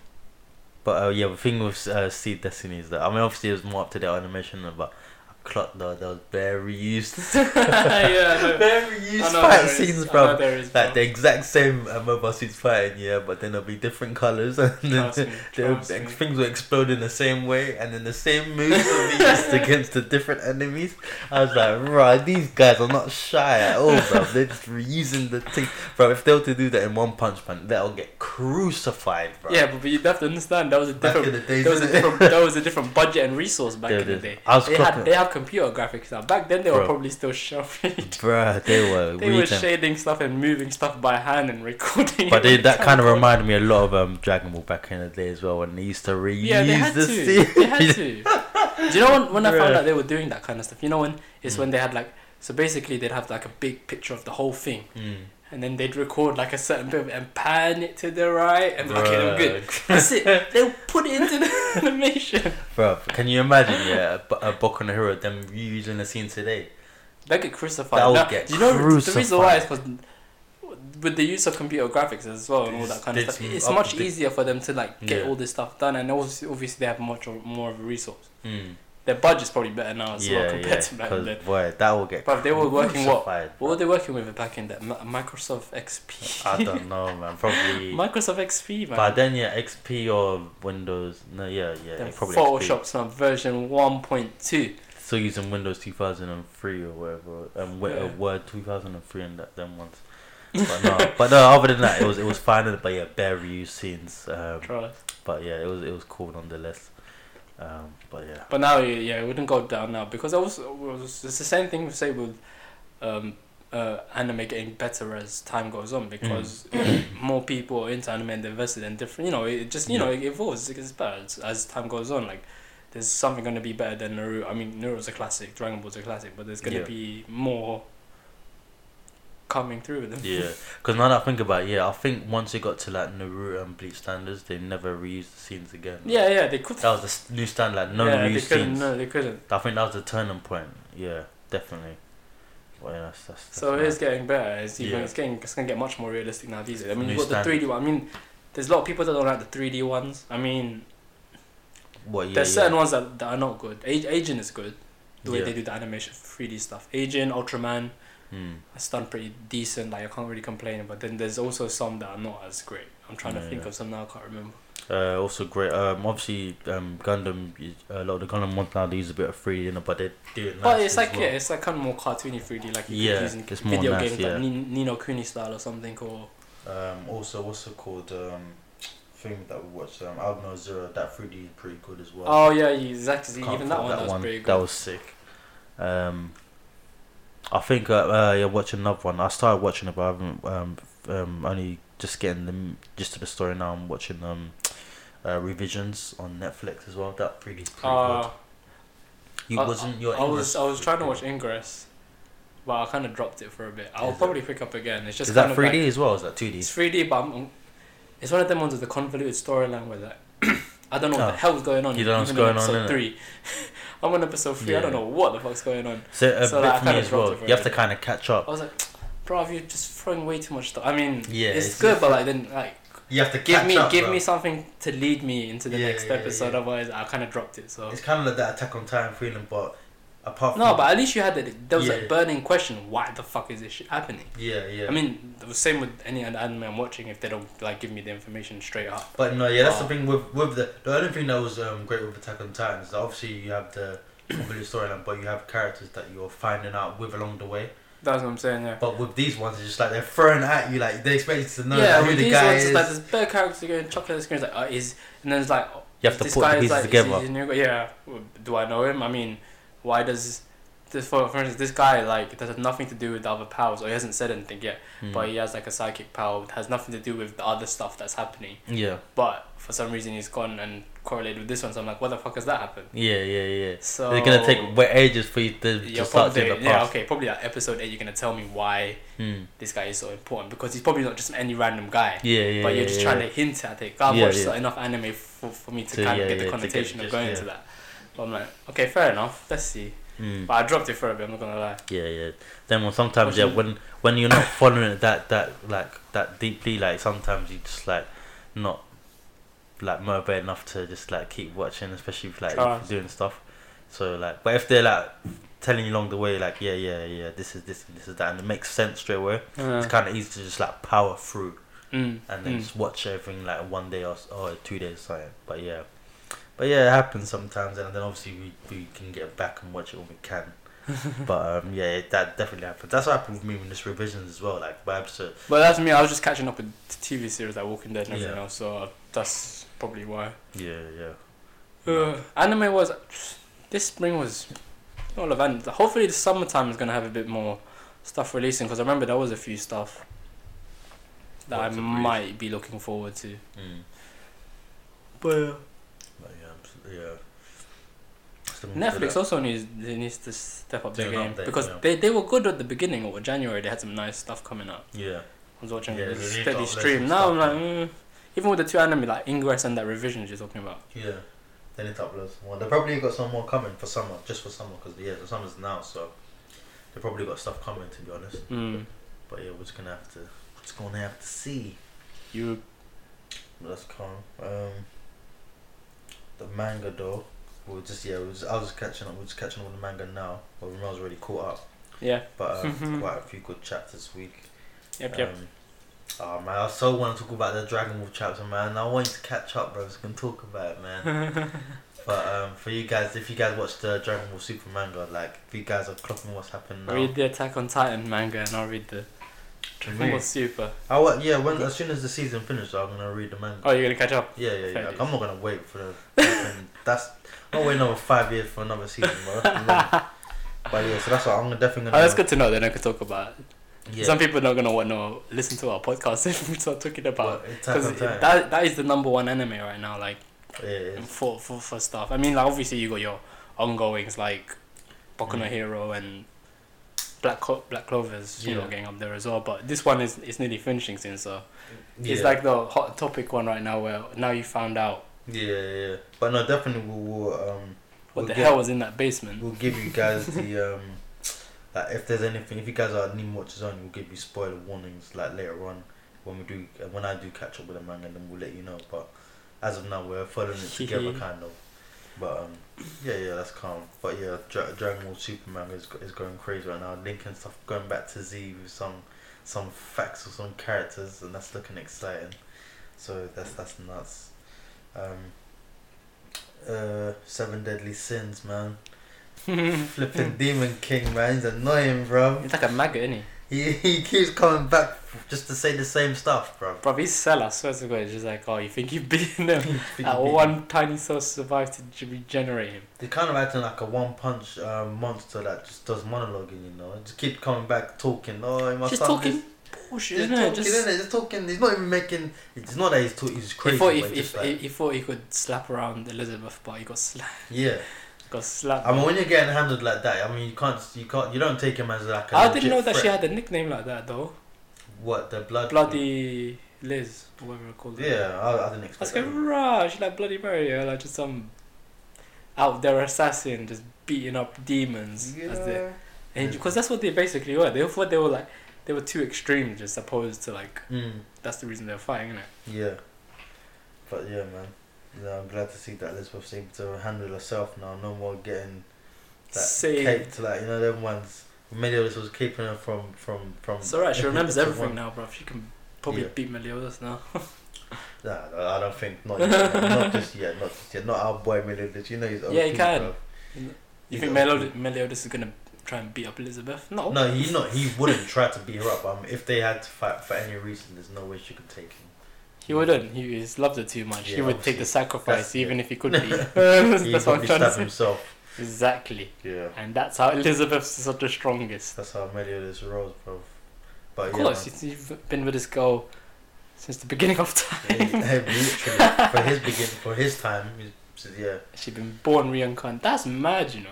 but uh, yeah, the thing with uh, Seed Destiny is that I mean, obviously it was more up to date animation, but I clocked though that was very used, <laughs> <laughs> yeah, I know. very used I know fight there is. scenes, I know bro. there is, Like the bro. exact same uh, mobile suits fighting, yeah, but then there'll be different colors <laughs> and then Trust me, they'll- trust me. things will explode in the same way and then the same moves will be <laughs> used against the different enemies. I was like, right, these guys are not shy at all, <laughs> bro. They're just reusing the thing, bro. If they were to do that in One Punch Man, they'll get crucified, bro. Yeah, but, but you have to understand that was a Back in different. the days, That was a innit? different. That was a different budget and resource back There in it the is. day. I was They had clocking, they have computer graphics now. Back then they were Bro. probably still showing. <laughs> bruh, they were <laughs> They were reading. shading stuff and moving stuff by hand and <laughs> recording. But it they, on that kind of camcorder. reminded me a lot of um, Dragon Ball back in the day as well when they used to reuse Yeah, they had the to. <laughs> scene. They had <laughs> to. Do you know when, when I found Bruh. out they were doing that kind of stuff? You know when it's Mm. when they had like so basically they'd have like a big picture of the whole thing Mm. and then they'd record like a certain bit of it and pan it to the right and be like, okay, I'm good. Bruh. That's <laughs> it. They'll put it into the <laughs> animation. Bruv, can you imagine, yeah, a bu- a Boku no Hero, them reusing the scene today? They get crucified. They'll Now, get you know the reason crucified. why is because with the use of computer graphics as well and all that kind of It's- stuff, it's it's much up to- easier for them to like get Yeah. all this stuff done, and obviously, obviously they have much or- more of a resource. Mm. Their budget's probably better now as well Yeah, compared yeah, to back then. 'cause, boy, that will get Bruv, they were working what? crucified, What were bruv. they working with back in that Microsoft XP? I <laughs> don't know, man, probably... Microsoft XP, man. By then, yeah, XP or Windows, no, yeah, yeah, Them probably XP. Photoshop's on version 1.2. Still using Windows 2003 or whatever, um, Wi- uh, Yeah. Word 2003 and that, them ones. But no, <laughs> but no, other <laughs> than that, it was, it was fine, but yeah, bare reuse scenes, um, Trust. but yeah, it was, it was cool nonetheless, um, but yeah. But now, yeah, yeah, it wouldn't go down now because I was, it was it's the same thing we say with um, uh, anime getting better as time goes on because Mm. more people are into anime and they're invested in different. You know, it just you know it evolves. It gets better as, as time goes on. Like there's something gonna be better than Naruto. I mean, Naruto's a classic, Dragon Ball's a classic, but there's gonna Yeah. be more coming through with them. Yeah, because now that I think about it, yeah, I think once it got to like Naruto and Bleach standards, they never reused the scenes again. Yeah, yeah, they could. That was the s- new standard, like no yeah, they reused couldn't. scenes. No, they couldn't. I think that was the turning point. Yeah, definitely. Well, yeah, that's, that's, that's So it mad. is getting better. It's even Yeah. it's getting it's gonna get much more realistic now these days. I mean, New you've got the standard. three D one. I mean, there's a lot of people that don't like the three D ones. I mean, What, yeah, there's yeah. certain ones that, that are not good. A- Agent is good. The way Yeah. they do the animation for three D stuff. Agent, Ultraman, Hmm. it's done pretty decent. Like I can't really complain. But then there's also some that are not as great. I'm trying Yeah, to think yeah. of some now. I can't remember. Uh, also great. Um, obviously, um, Gundam. is- A lot of the Gundam ones now they use a bit of three in it, but they do it. Nice but it's as like well. yeah, it's like kind of more cartoony three D, like you Yeah, could use in it's more video nice, games yeah. like Ni- Nino Kuni style or something. Or Um, also, what's it called? Um, thing that we watched. Um, Albino Zero. That 3D is pretty good as well. oh yeah, you- exactly. Can't Even that fault one, that was pretty good. That was sick. Um, I think uh, uh, yeah, watch another one. I started watching it, but I haven't. Um, um, only just getting them just to the story now. I'm watching um, uh, revisions on Netflix as well. That 3D is pretty Uh, good. You I- wasn't your. I was English I was trying to pretty watch Ingress, but I kind of dropped it for a bit. I'll Is it- probably pick up again. It's just is that kind three Of D like, as well? Or is that two D? it's three D, but I'm, it's one of them ones with the convoluted storyline where like <coughs> I don't know what Oh. the hell's going on. You don't know what's even in going on, episode innit? Three. <laughs> I'm on episode three. I don't Yeah. know what the fuck's going on. So a So, bit like, I for me kinda as well. dropped it for You have a to bit. kind of catch I up. was like, bro, you're just throwing way too much stuff. I mean, Yeah, it's, it's good, but like then like You have to give me give me something to lead me into the Yeah, next yeah, episode. yeah. Otherwise, I kind of dropped it. So. It's kind of like that Attack on Titan feeling, but apart from no, but at least you had that. There was Yeah. a burning question: Why the fuck is this shit happening? yeah, yeah. I mean, the same with any other anime I'm watching. If they don't like give me the information straight up, But no, yeah, that's Oh. the thing with with the the only thing that was um, great with Attack on Titan is that obviously you have the convoluted storyline, but you have characters that you're finding out with along the way. that's what I'm saying. Yeah. But with these ones, it's just like they're throwing at you, like they expect you to know yeah, like, who with the these guy ones, is. it's like there's better characters going chocolate screen. It's like uh, is, and then it's like oh, You have to this put the guy is, pieces like, is he together. the new guy? yeah, well, do I know him? I mean, why does this for, for instance this guy like that has nothing to do with the other powers or he hasn't said anything yet, Hmm. but he has like a psychic power that has nothing to do with the other stuff that's happening. yeah, But for some reason he's gone and correlated with this one, so I'm like, what the fuck has that happened? yeah, yeah, yeah. So They're gonna take wait ages for you to, Yeah, to start probably- doing the yeah, past. okay, probably at episode eight, you're gonna tell me why Hmm. this guy is so important because he's probably not just any random guy, Yeah, yeah. but yeah, you're just yeah. trying to hint at it. I've Yeah, watched yeah. enough anime for, for me to To- kind yeah, yeah, of get the to get connotation just- of going yeah. to that. But I'm like, okay, fair enough. Let's see. Hmm. But I dropped it for a bit. I'm not gonna lie. Yeah, yeah. Then when sometimes yeah, Watching- when when you're not following it that that like that deeply, like sometimes you just like not like motivated enough to just like keep watching, especially if, like if Trust. you're doing stuff. So like, but if they're like telling you along the way, like yeah, yeah, yeah, this is this, and this is that, and it makes sense straight away. It's kind of easy to just like power through Mm, and then mm. just watch everything like one day or, s- or two days or something. But yeah, but yeah, it happens sometimes, and then obviously we, we can get back and watch it when we can. <laughs> but um, yeah, it, that definitely happens. That's what happened with me with this revisions as well. Like by episode, But that's me. I was just catching up with t- TV series like Walking Dead and everything Yeah. else, so uh, that's probably why. yeah, yeah. Uh, anime was this spring was all of anime. Hopefully, the summertime is gonna have a bit more stuff releasing because I remember there was a few stuff that Lots I of brief. might be looking forward to. Mm. But uh, yeah. But yeah, I'm s- yeah. Something to Netflix that. also needs they needs to step up their Do an game update, because yeah. they, they were good at the beginning or January. They had some nice stuff coming up. Yeah, I was watching Yeah, they a need to steady upload stream. some Now I'm stuff, like, mm, even with the two anime like Ingress and that revision you're talking about. yeah. They need to upload some more. They probably got some more coming for summer, just for summer, because yeah, the summer's now, so they probably got stuff coming. To be honest, Mm, but yeah, we're just gonna have to, we're just gonna have to see. you That's calm. Um, the manga though, we were just yeah, we were just, I was catching up. We are just catching up with the manga now. But Ramel's already caught up. yeah But um, Mhm. quite a few good chapters this week. yep yep. Um, oh man, I so want to talk about the Dragon Ball chapter, man. I want you to catch up, bro. So we can talk about it, man. <laughs> but um, for you guys, if you guys watch the Dragon Ball Super manga, like if you guys are clocking what's happening now. Read the Attack on Titan manga and I'll read the Dragon Ball Super. I wa- yeah, when as soon as the season finishes, I'm gonna read the manga. Oh, you're gonna catch up. Yeah, yeah, yeah. Fair Like, I'm not gonna wait for the. fucking- that's I'm not waiting over five years <laughs> for another season, bro. That's long. but yeah, so that's what I'm definitely Oh, gonna. that's good to know. Then I could talk about. it. Yeah. Some people are not gonna want to listen to our podcast <laughs> if we start talking about But it takes because some time. that that is the number one anime right now. Like Yeah, it's- for for for stuff. I mean, like obviously you got your ongoings like Boku no Mm. Hero and Black Co- Black Clovers. You know, Yeah. getting up there as well. But this one is is nearly finishing soon, so it's yeah. like the hot topic one right now. Where now you found out Yeah, yeah, yeah. But no, definitely we'll, we'll um what we'll the get- hell was in that basement. We'll give you guys the um like if there's anything if you guys are need watches on, we'll give you spoiler warnings like later on when we do uh, when I do catch up with the manga, then we'll let you know. But as of now, we're following it together, kind of. But um, yeah, yeah, that's calm. But yeah, Dra- Dragon Ball Superman is go- is going crazy right now. Linking stuff, going back to Z with some some facts or some characters, and that's looking exciting. So that's that's nuts. Um, uh, Seven Deadly Sins, <laughs> man. Flipping Demon King, man. He's annoying, bro. It's like a maggot, isn't he? He, he keeps coming back just to say the same stuff, bro. <laughs> Bro, he's seller, I swear to God. It's just like, oh, you think you've <laughs> beaten them? Think That he- Uh, one tiny soul survived to j- regenerate him. They're kind of acting like a one punch uh, monster that just does monologuing, you know. Just keep coming back talking. Oh, he must Just have talking this- bullshit, Just isn't talking, it? isn't Just it? Just talking. He's not even making. It's not that he's, talk, he's he crazy. thought but if, just if, like- he thought he could slap around Elizabeth, but he got slapped. yeah. Got slapped. I mean, when you're getting handled like that, I mean, you can't, you can't, you don't take him as like a. I didn't legit know that she threat. had a nickname like that though. What the blood? Bloody Liz, or whatever it called. her. Yeah, I, I didn't I was expect. going, that. rah, she like Bloody Mary, yeah, like just some out there assassin just beating up demons. As they, and Yeah. because that's what they basically were. They thought they were like they were too extreme, just opposed to like Mm. that's the reason they're fighting, isn't it? Yeah. But yeah, man. Yeah, I'm glad to see that Elizabeth's able to handle herself now. No more getting that Saved. caped like you know them ones. Meliodas was keeping her from from from. It's alright. <laughs> She remembers from everything one- now, bro. She can probably Yeah. beat Meliodas now. Nah, no, I don't think not. Yet, man. not just yet. Not just yet. Not our boy Meliodas. You know he's. Yeah, he OP, can. bro. You You think got- Meliodas, Meliodas is gonna try and beat up Elizabeth? No. No, he not. He wouldn't try to beat her up. Um, if they had to fight for any reason, there's no way she could take him. He wouldn't. He just loved her too much. he Yeah, would take the obviously. sacrifice That's- even yeah. if he <laughs> could <laughs> be. He that's what probably I'm trying to stabbed say. himself. Exactly. Yeah. And that's how Elizabeth's not the strongest. That's how Meliodas rose, bro. But Of yeah, course, man. you- you've been with this girl since the beginning of Hey, time. <laughs> hey, literally, for his begin for his time, he said, yeah, She's been born reincarnated. That's mad, you know.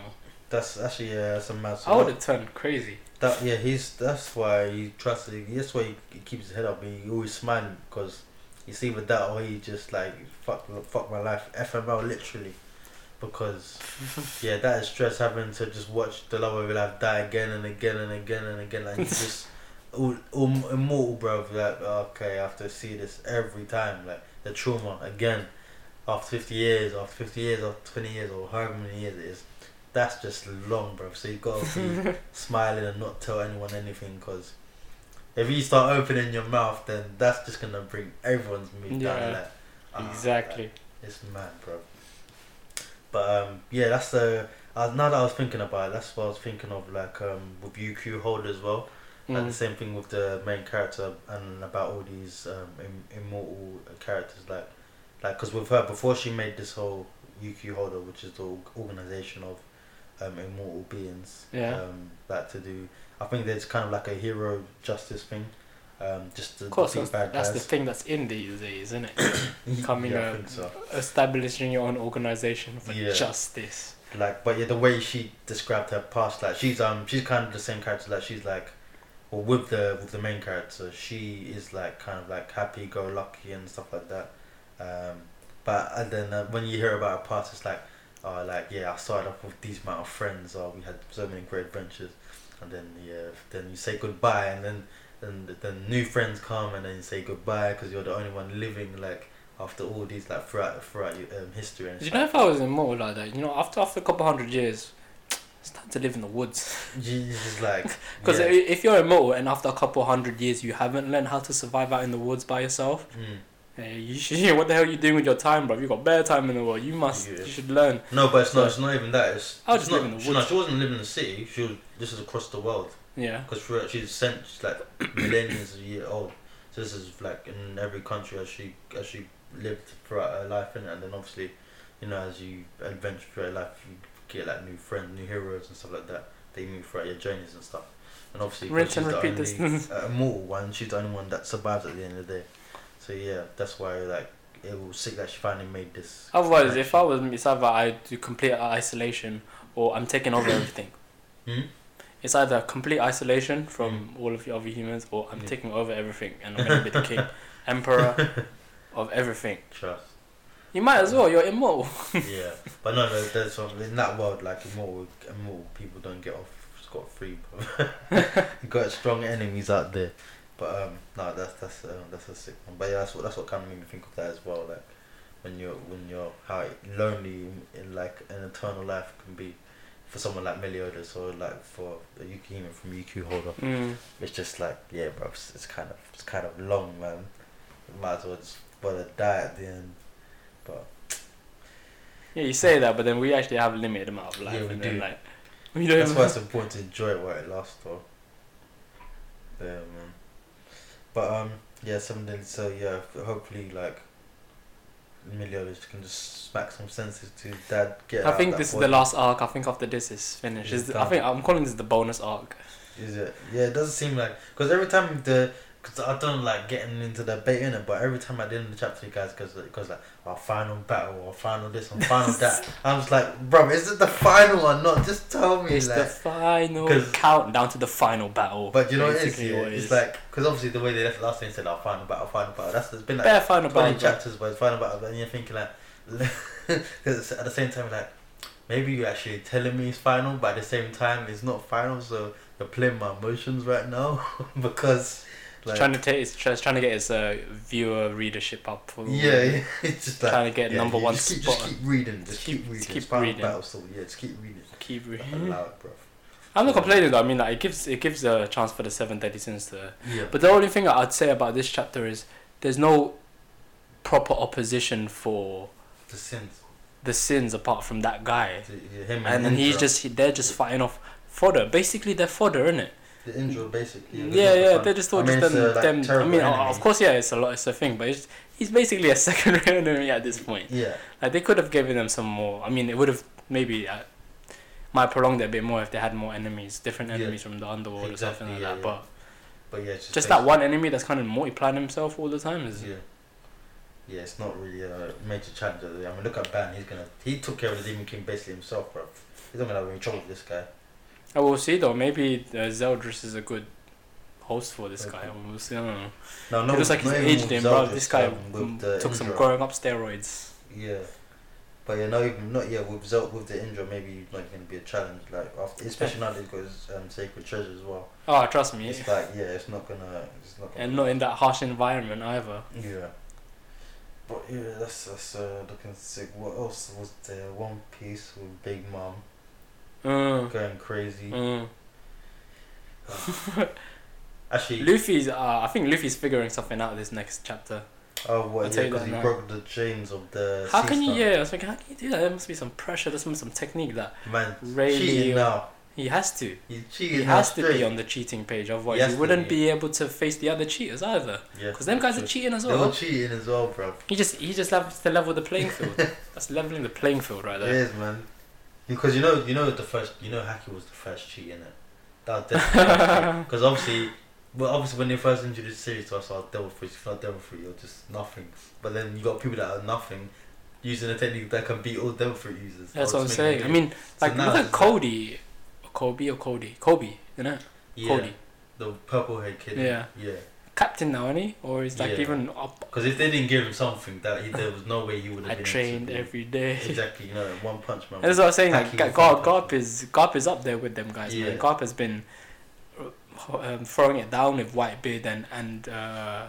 that's actually yeah, that's a massive. I would have turned crazy. that yeah, he's that's why he trusts. That's why he, he keeps his head up. He always smiling because it's either that or he just like fuck fuck my life, FML literally, because <laughs> yeah, that is stress having to just watch the love of your life die again and again and again and again. <laughs> Like you just all, all immortal, bro. Like okay, I have to see this every time. Like the trauma again after fifty years, after fifty years, after twenty years, or however many years it is. That's just long, bro. So you've got to be <laughs> smiling and not tell anyone anything because if you start opening your mouth, then that's just gonna bring everyone's mood Yeah. down. Like, ah, exactly. it's mad, bro. But um, yeah, that's the. Uh, now that I was thinking about it, that's what I was thinking of, like um, with UQ Hold as well, and the Mm. same thing with the main character and about all these um, Im- immortal characters, like, like because with her before she made this whole UQ Holder, which is the org- organization of um, immortal beings, Yeah. um, that to do. I think there's kind of like a hero justice thing, um, just to Of course, defeat that's, bad that's the guys. thing that's in these days, isn't it? <laughs> coming yeah, I up. think so. Establishing your own organization for Yeah. justice. like but yeah the way she described her past like she's um she's kind of the same character like she's like well with the with the main character she is like kind of like happy go lucky and stuff like that um but and then uh, when you hear about her past it's like oh like yeah i started off with these amount of friends or we had so many great adventures and then yeah then you say goodbye and then then then new friends come and then you say goodbye because you're the only one living like after all these like throughout throughout your um, history and You it's know, like- if I was immortal like that, you know, after after a couple hundred years, it's time to live in the woods. You- you're just <laughs> like Because yeah. if you're immortal and after a couple hundred years you haven't learned how to survive out in the woods by yourself, Mm. eh, <laughs> you should, what the hell are you doing with your time, bro? You got bare time in the world. You must. Yeah. You should learn. No, but it's So- not. It's not even that. It's. I was it's just not, living in the she- woods. No, she wasn't living in the city. She was. This is across the world Yeah. because she, she's sent she's like <coughs> millennia a year old. So this is like in every country as she as she lived throughout her life, innit? and then obviously, you know, as you adventure through her life, you get like new friends, new heroes, and stuff like that. they move throughout your journeys and stuff. And obviously, 'cause Rinse she's and the repeat only this. uh, mortal one, she's the only one that survives at the end of the day. So yeah, that's why like it was sick that she finally made this. Otherwise, if I connection. was Miss Ava, I'd do complete isolation or I'm taking <coughs> over everything. Hmm? It's either complete isolation from all of the other humans or I'm Mm. Yeah. taking over everything and I'm going to be the <laughs> king, emperor of everything. trust. You might as well, you're immortal. yeah, but no, no, there's some in that world like immortal, immortal people don't get off scot free. <laughs> got strong enemies out there, but um, no, that's that's um, that's a sick one. But yeah, that's what that's what kind of made me think of that as well. Like when you're when you're how lonely in like an eternal life can be for someone like Meliodas or like for a UQ even from UQ holder. Mm. It's just like yeah, bro. It's, it's kind of it's kind of long, man. Might as well just bother die at the end, but. Yeah, you say that, but then we actually have a limited amount of life. Yeah, we and then, do. like, we don't That's why it's important to enjoy it while it lasts, though. Yeah, man. But um, yeah, something. So yeah, f- hopefully, like, Meliodas can just smack some senses to dad. Get. I out think that this is body. the last arc. I think after this is finished. It's Is I done. think I'm calling this the bonus arc. Is it? Yeah, it doesn't seem like because every time the because I don't like getting into the bait in it, but every time at the end of the chapter, you guys goes goes like our final battle, our final this, our final <laughs> that. I'm just like, bro, is it the final one? Not just tell me It's like. the final 'cause- countdown to the final battle. But you know what it is? basically yeah? what it It's is. like, because obviously the way they left last thing said, "Oh, I'll find about, I'll find about. That's it's been like bare final 20 battle. bro. chapters where it's find about, and you're thinking like, <laughs> because at the same time, like, maybe you're actually telling me it's final, but at the same time, it's not final, so you're playing my emotions right now <laughs> because, It's like, trying to take, it's try- it's trying to get his uh, viewer readership up. For yeah, yeah, <laughs> it's just like, trying to get yeah, number you one just keep, spot. Just keep reading, just Just keep, keep- reading. keep It's final reading. battle, so yeah, just keep reading. Keep Don't reading. Allow it, bro. I'm not complaining though. I mean, like it gives it gives a chance for the seven thirty sins to. Yeah, But the only thing I'd say about this chapter is there's no proper opposition for the sins, the sins apart from that guy, the- yeah, him and then he's Indra. just he, they're just fighting off fodder. Basically, they're fodder, isn't it? The intro, basically. Yeah, yeah. They're just all I mean, it's just a, them. like, them I terrible mean, enemy. of course, yeah, it's a lot. It's a thing, but it's, he's basically a <laughs> secondary enemy at this point. Yeah, Like they could have given them some more. I mean, it would have maybe uh, might prolonged it a bit more if they had more enemies, different Yeah. enemies from the underworld or something Exactly, like yeah, that. yeah. But but yeah, it's just, just that one enemy that's kind of multiplying himself all the time is basically- Yeah. Yeah, it's not really a major challenge. at the- I mean, look at Ban. He's gonna he took care of the Demon King basically himself, bro. He's not gonna have any trouble with this guy. I will see though. Maybe uh, Zeldris is a good host for this guy. Okay. We'll see. I don't know. No, no, it looks like he's not even aged with him, bro. Zeldris, This guy um, with mm, the took some Indra. growing up steroids. Yeah, but yeah, not even not yeah with Zeld with the Indra. Maybe he's not gonna be a challenge. Like after, especially now that he's got his um, sacred treasure as well. Oh, trust me. It's like yeah, it's not gonna it's not gonna And not in that harsh environment either. Yeah. But yeah, that's that's uh, looking sick. What else was there? One Piece with Big Mom Mm. going crazy. Mm. Actually, Luffy's. Uh, I think Luffy's figuring something out this next chapter. oh what? I'll yeah, tell you because that he now. broke the chains of the. How sea can you? star. Yeah, I was like, how can you do that? There must be some pressure. There's some some technique that Man, uh, Really- cheating now. he has to. He's cheating He now. has to be straight. on the cheating page, otherwise He has he, to wouldn't be. be able to face the other cheaters either. Yeah. Because them guys are True. cheating as They were well. cheating as well, bro. He just he just levels to level the playing <laughs> field. That's leveling the playing field right It there. is, man. Because you know, you know the first, you know, Haki was the first cheat in it. <laughs> That was definitely because obviously, well, obviously when they first introduced the series to us, our devil fruit, if not devil fruit, you're just nothing. But then you got people that are nothing, using a technique that can beat all devil fruit users. That's Or what I'm just make saying. them I do it. mean, So like now look it's at just like- Cody, Kobe or Cody, Kobe, you know, yeah, Cody, the purple head kid. Yeah. yeah. captain now, is he? Or is like Yeah. even up? Because if they didn't give him something, that he, there was no way you would I have been. able to trained do it. every day. Exactly, you know, one punch man. And that's what I was saying. Like Hacking is Garp, one Garp is Garp is up there with them guys. Yeah. Man. Garp has been uh, um, throwing it down with Whitebeard and and uh,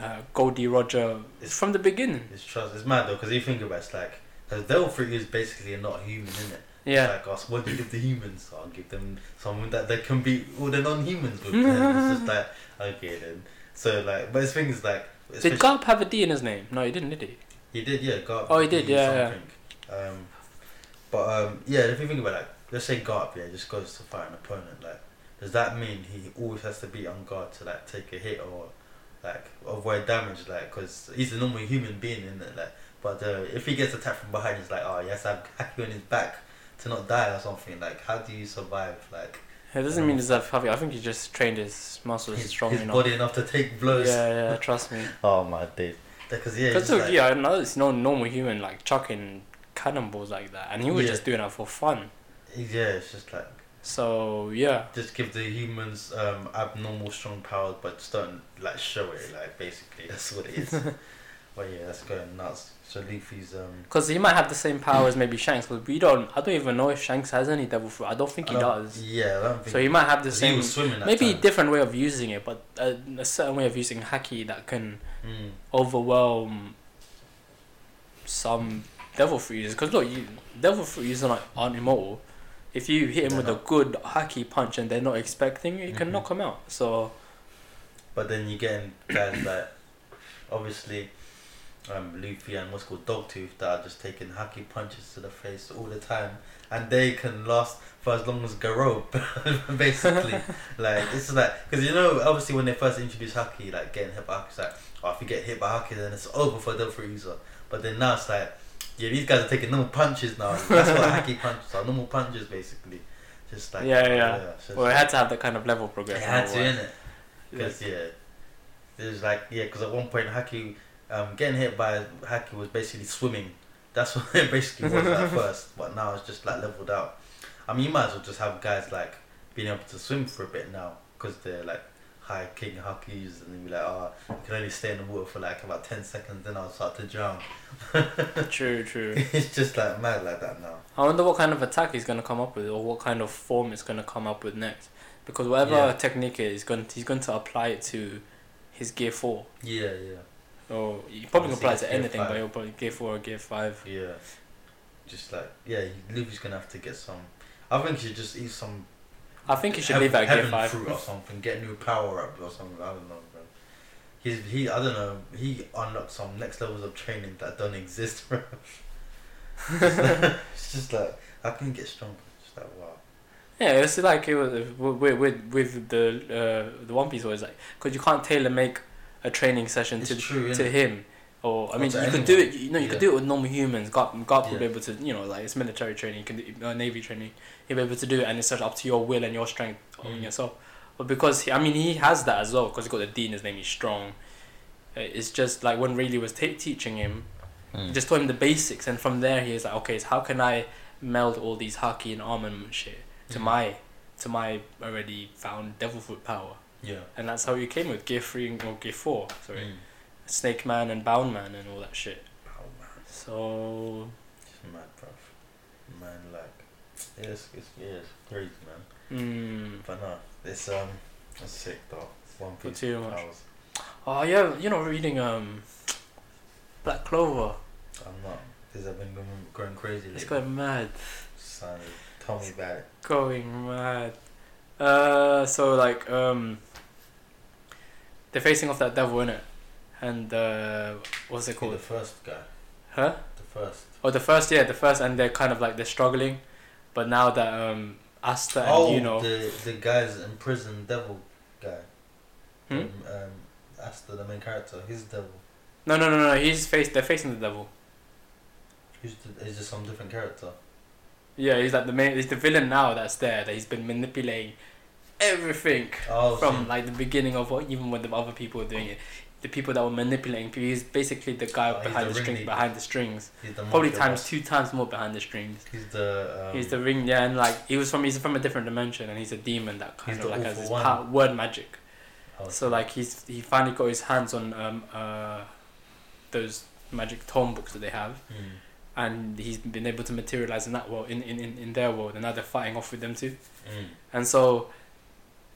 uh, Goldie Roger It's- from the beginning. It's trust. It's mad though, because you think about it, it's like because devil fruit is basically not human, isn't it? Yeah, It's like us. What do you give the humans? I'll give them something that they can beat all the non-humans with. then <laughs> it's just like okay then. So like, but his thing is like. did especially- Garp have a D in his name? No, he didn't, did he? He did, yeah. Garp. Oh, he did, did yeah, yeah. something. Um, but um, yeah, if you think about like, let's say Garp, yeah, just goes to fight an opponent. Like, does that mean he always has to be on guard to like take a hit or like avoid damage? Like, because he's a normal human being, isn't it? Like, but uh, if he gets attacked from behind, it's like, oh yes, I'm hacking on his back. to not die or something. Like, how do you survive? Like, It doesn't mean he's that heavy. I think he just trained his muscles his, strong his enough. body enough to take blows. Yeah, yeah, <laughs> trust me. Oh my days. Because yeah, it's That's a, like, yeah, no, it's no normal human like chucking cannonballs like that, and he was Yeah. just doing it for fun. yeah, it's just like So yeah, just give the humans um, abnormal strong powers, but just don't like show it. Like basically, <laughs> that's what it is. but yeah, that's going nuts. So Luffy's um, because he might have the same power as maybe Shanks, but we don't. I don't even know if Shanks has any devil fruit. I don't think he I don't- does. Yeah, I don't think. So he might have the 'cause he same, was swimming. That maybe time. different way of using it, but a, a certain way of using haki that can Mm. overwhelm some devil fruit users. Because look, you, devil fruit users are not, aren't immortal. If you hit him They're with a good haki punch and they're not expecting, it, you can Mhm. knock him out. So But then you get in guys that obviously um, Luffy and what's called Dogtooth that are just taking hacky punches to the face all the time, and they can last for as long as Garo, <laughs> <laughs> basically. like it's like because you know obviously when they first introduced haki, like getting hit by haki, it's like oh if you get hit by haki then it's over for the user. But then now it's like yeah these guys are taking normal punches now. That's <laughs> what haki punches are normal punches basically. Just like Yeah, yeah, yeah. so it's well, it like- had to have that kind of level it progression. had to, otherwise- innit? Because yeah, there's like yeah, because at one point Haki, um, getting hit by Haki was basically swimming. That's <laughs> what it basically was <laughs> at first, but now it's just like leveled out. I mean, you might as well just have guys like being able to swim for a bit now because they're like high king Haki users, and you're like, oh, I can only stay in the water for like about ten seconds, then I'll start to drown. True, true. <laughs> it's just like mad like that now. I wonder what kind of attack he's gonna come up with, or what kind of form it's gonna come up with next. Because whatever Yeah. technique it is, he's going to, he's going to apply it to his gear four. Yeah, yeah, Or he probably can Obviously, apply it it's to gear anything, five. but he'll probably gear four or gear five. yeah. Just like yeah, Luffy's gonna have to get some. I think he should just eat some I think he should Heaven- leave at gear heaven five. fruit or something. Get new power up or something. I don't know, bro. He's he. I don't know. He unlocked some next levels of training that don't exist, bro. <laughs> it's just like I can get stronger. Just like wow. Yeah, it's like it was with with, with the uh, the One Piece was like because you can't tailor make a training session It's to true, to innit? him. Or I Or mean, to you could do anyone. it. You know, you could Yeah. do it with normal humans. God, God would be Yeah. able to, you know, like it's military training, you can do, uh, navy training. He'll be able to do it, and it's just up to your will and your strength on Mm. yourself. But because he, I mean, he has that as well. Because he got the D in his name. He's strong. Uh, It's just like when Rayleigh was ta teaching him, Mm. he just taught him the basics, and from there he was like, okay, so how can I meld all these haki and armament shit to Mhm. my to my already found devil fruit power? yeah. And that's how he came with gear three and or gear four, sorry, Mm. snake man and bound man and all that shit. Oh man, So it's mad, bro. Man, like, it's it's yeah, it's crazy, man. mm, But no, it's um, it's sick though. It's One Not piece. too much. powers. oh yeah, you're not reading um Black Clover. I'm not. Because I've been going, going crazy. It's lately. going mad. Son, tell me about it. Going mad. Uh so like um they're facing off that devil in it. And uh what's it The called? first guy. Huh? The first. Oh, the first, yeah, the first, and they're kind of like they're struggling, but now that um Asta and oh, you know, the the guy's in prison, devil guy. Hmm? Um, um, Asta, the main character, he's devil. no, no, no, no, he's face. They're facing the devil. He's, the, he's just some different character. Yeah, he's like the main. He's the villain now that's there. That he's been manipulating everything Oh, from so- like the beginning of what even when the other people were doing it. The people that were manipulating people. He's basically the guy Oh, he's the behind the, strings. ringleader. Oh Behind the strings, he's the probably mafia times boss. two times more behind the strings. He's the um, he's the ring, yeah, and like he was from. He's from a different dimension, and he's a demon that kind He's of the like has awful this one. power, word magic. oh, So like he's he finally got his hands on um uh those magic tome books that they have hmm. and he's been able to materialize in that world in, in, in, in their world and now they're fighting off with them too. Mm. And so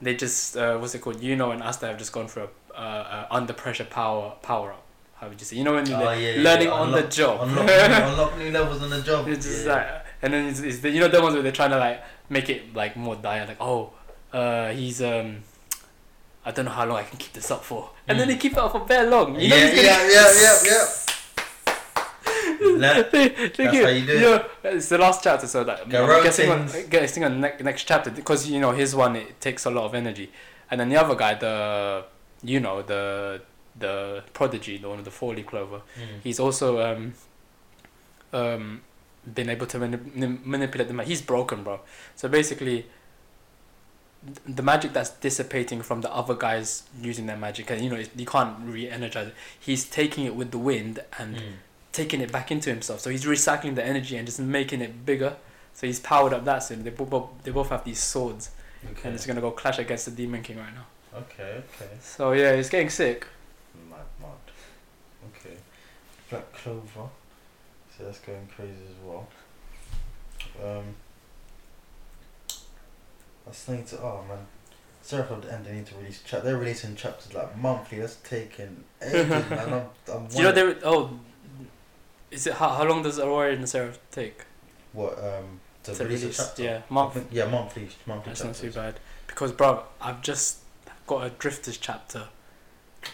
they just uh, what's it called? You know and Asta have just gone for a uh, uh, under pressure power power up. How would you say? You know when you're Oh, like, yeah, yeah, learning yeah, on the unlock- job. Unlock, <laughs> new, unlock new levels on the job. It's just yeah. like, and then it's, it's the, you know the ones where they're trying to like make it like more dire, like oh, uh, he's um, I don't know how long I can keep this up for, and then Mm. they keep it up for very long. You know Yeah, he's gonna- yeah, yeah, yeah, <laughs> That- They- they how you do it. know, it's the last chapter, so like Garrote I'm guessing on, things. guessing on ne- next chapter because you know his one it takes a lot of energy, and then the other guy, the you know the the prodigy, the one with the four leaf clover, Mm. he's also um, um, been able to manip- nim- manipulate the magic. He's broken, bro. So basically, th- the magic that's dissipating from the other guys using their magic, and you know, it- you can't re energize it. He's taking it with the wind mm, and taking it back into himself. So he's recycling the energy and just making it bigger. So he's powered up that soon. They both, they both have these swords, Okay. and it's gonna go clash against the Demon King right now. okay. Okay. So yeah, it's getting sick. Mad, mad. Okay. Black Clover. So that's going crazy as well. Um. That's need to. Oh man. Seraph of the End. They need to release. Chap- they're releasing chapters like monthly. That's taking <laughs> ages, man. I'm. I'm Do you know wondering- there? Oh, is it how, how long does Aurora and Seraph take? what um. To, to release, release, a chapter. yeah, month. I think- Yeah, monthly. Monthly That's not chapters. too bad because, bro, I've just got a Drifters chapter.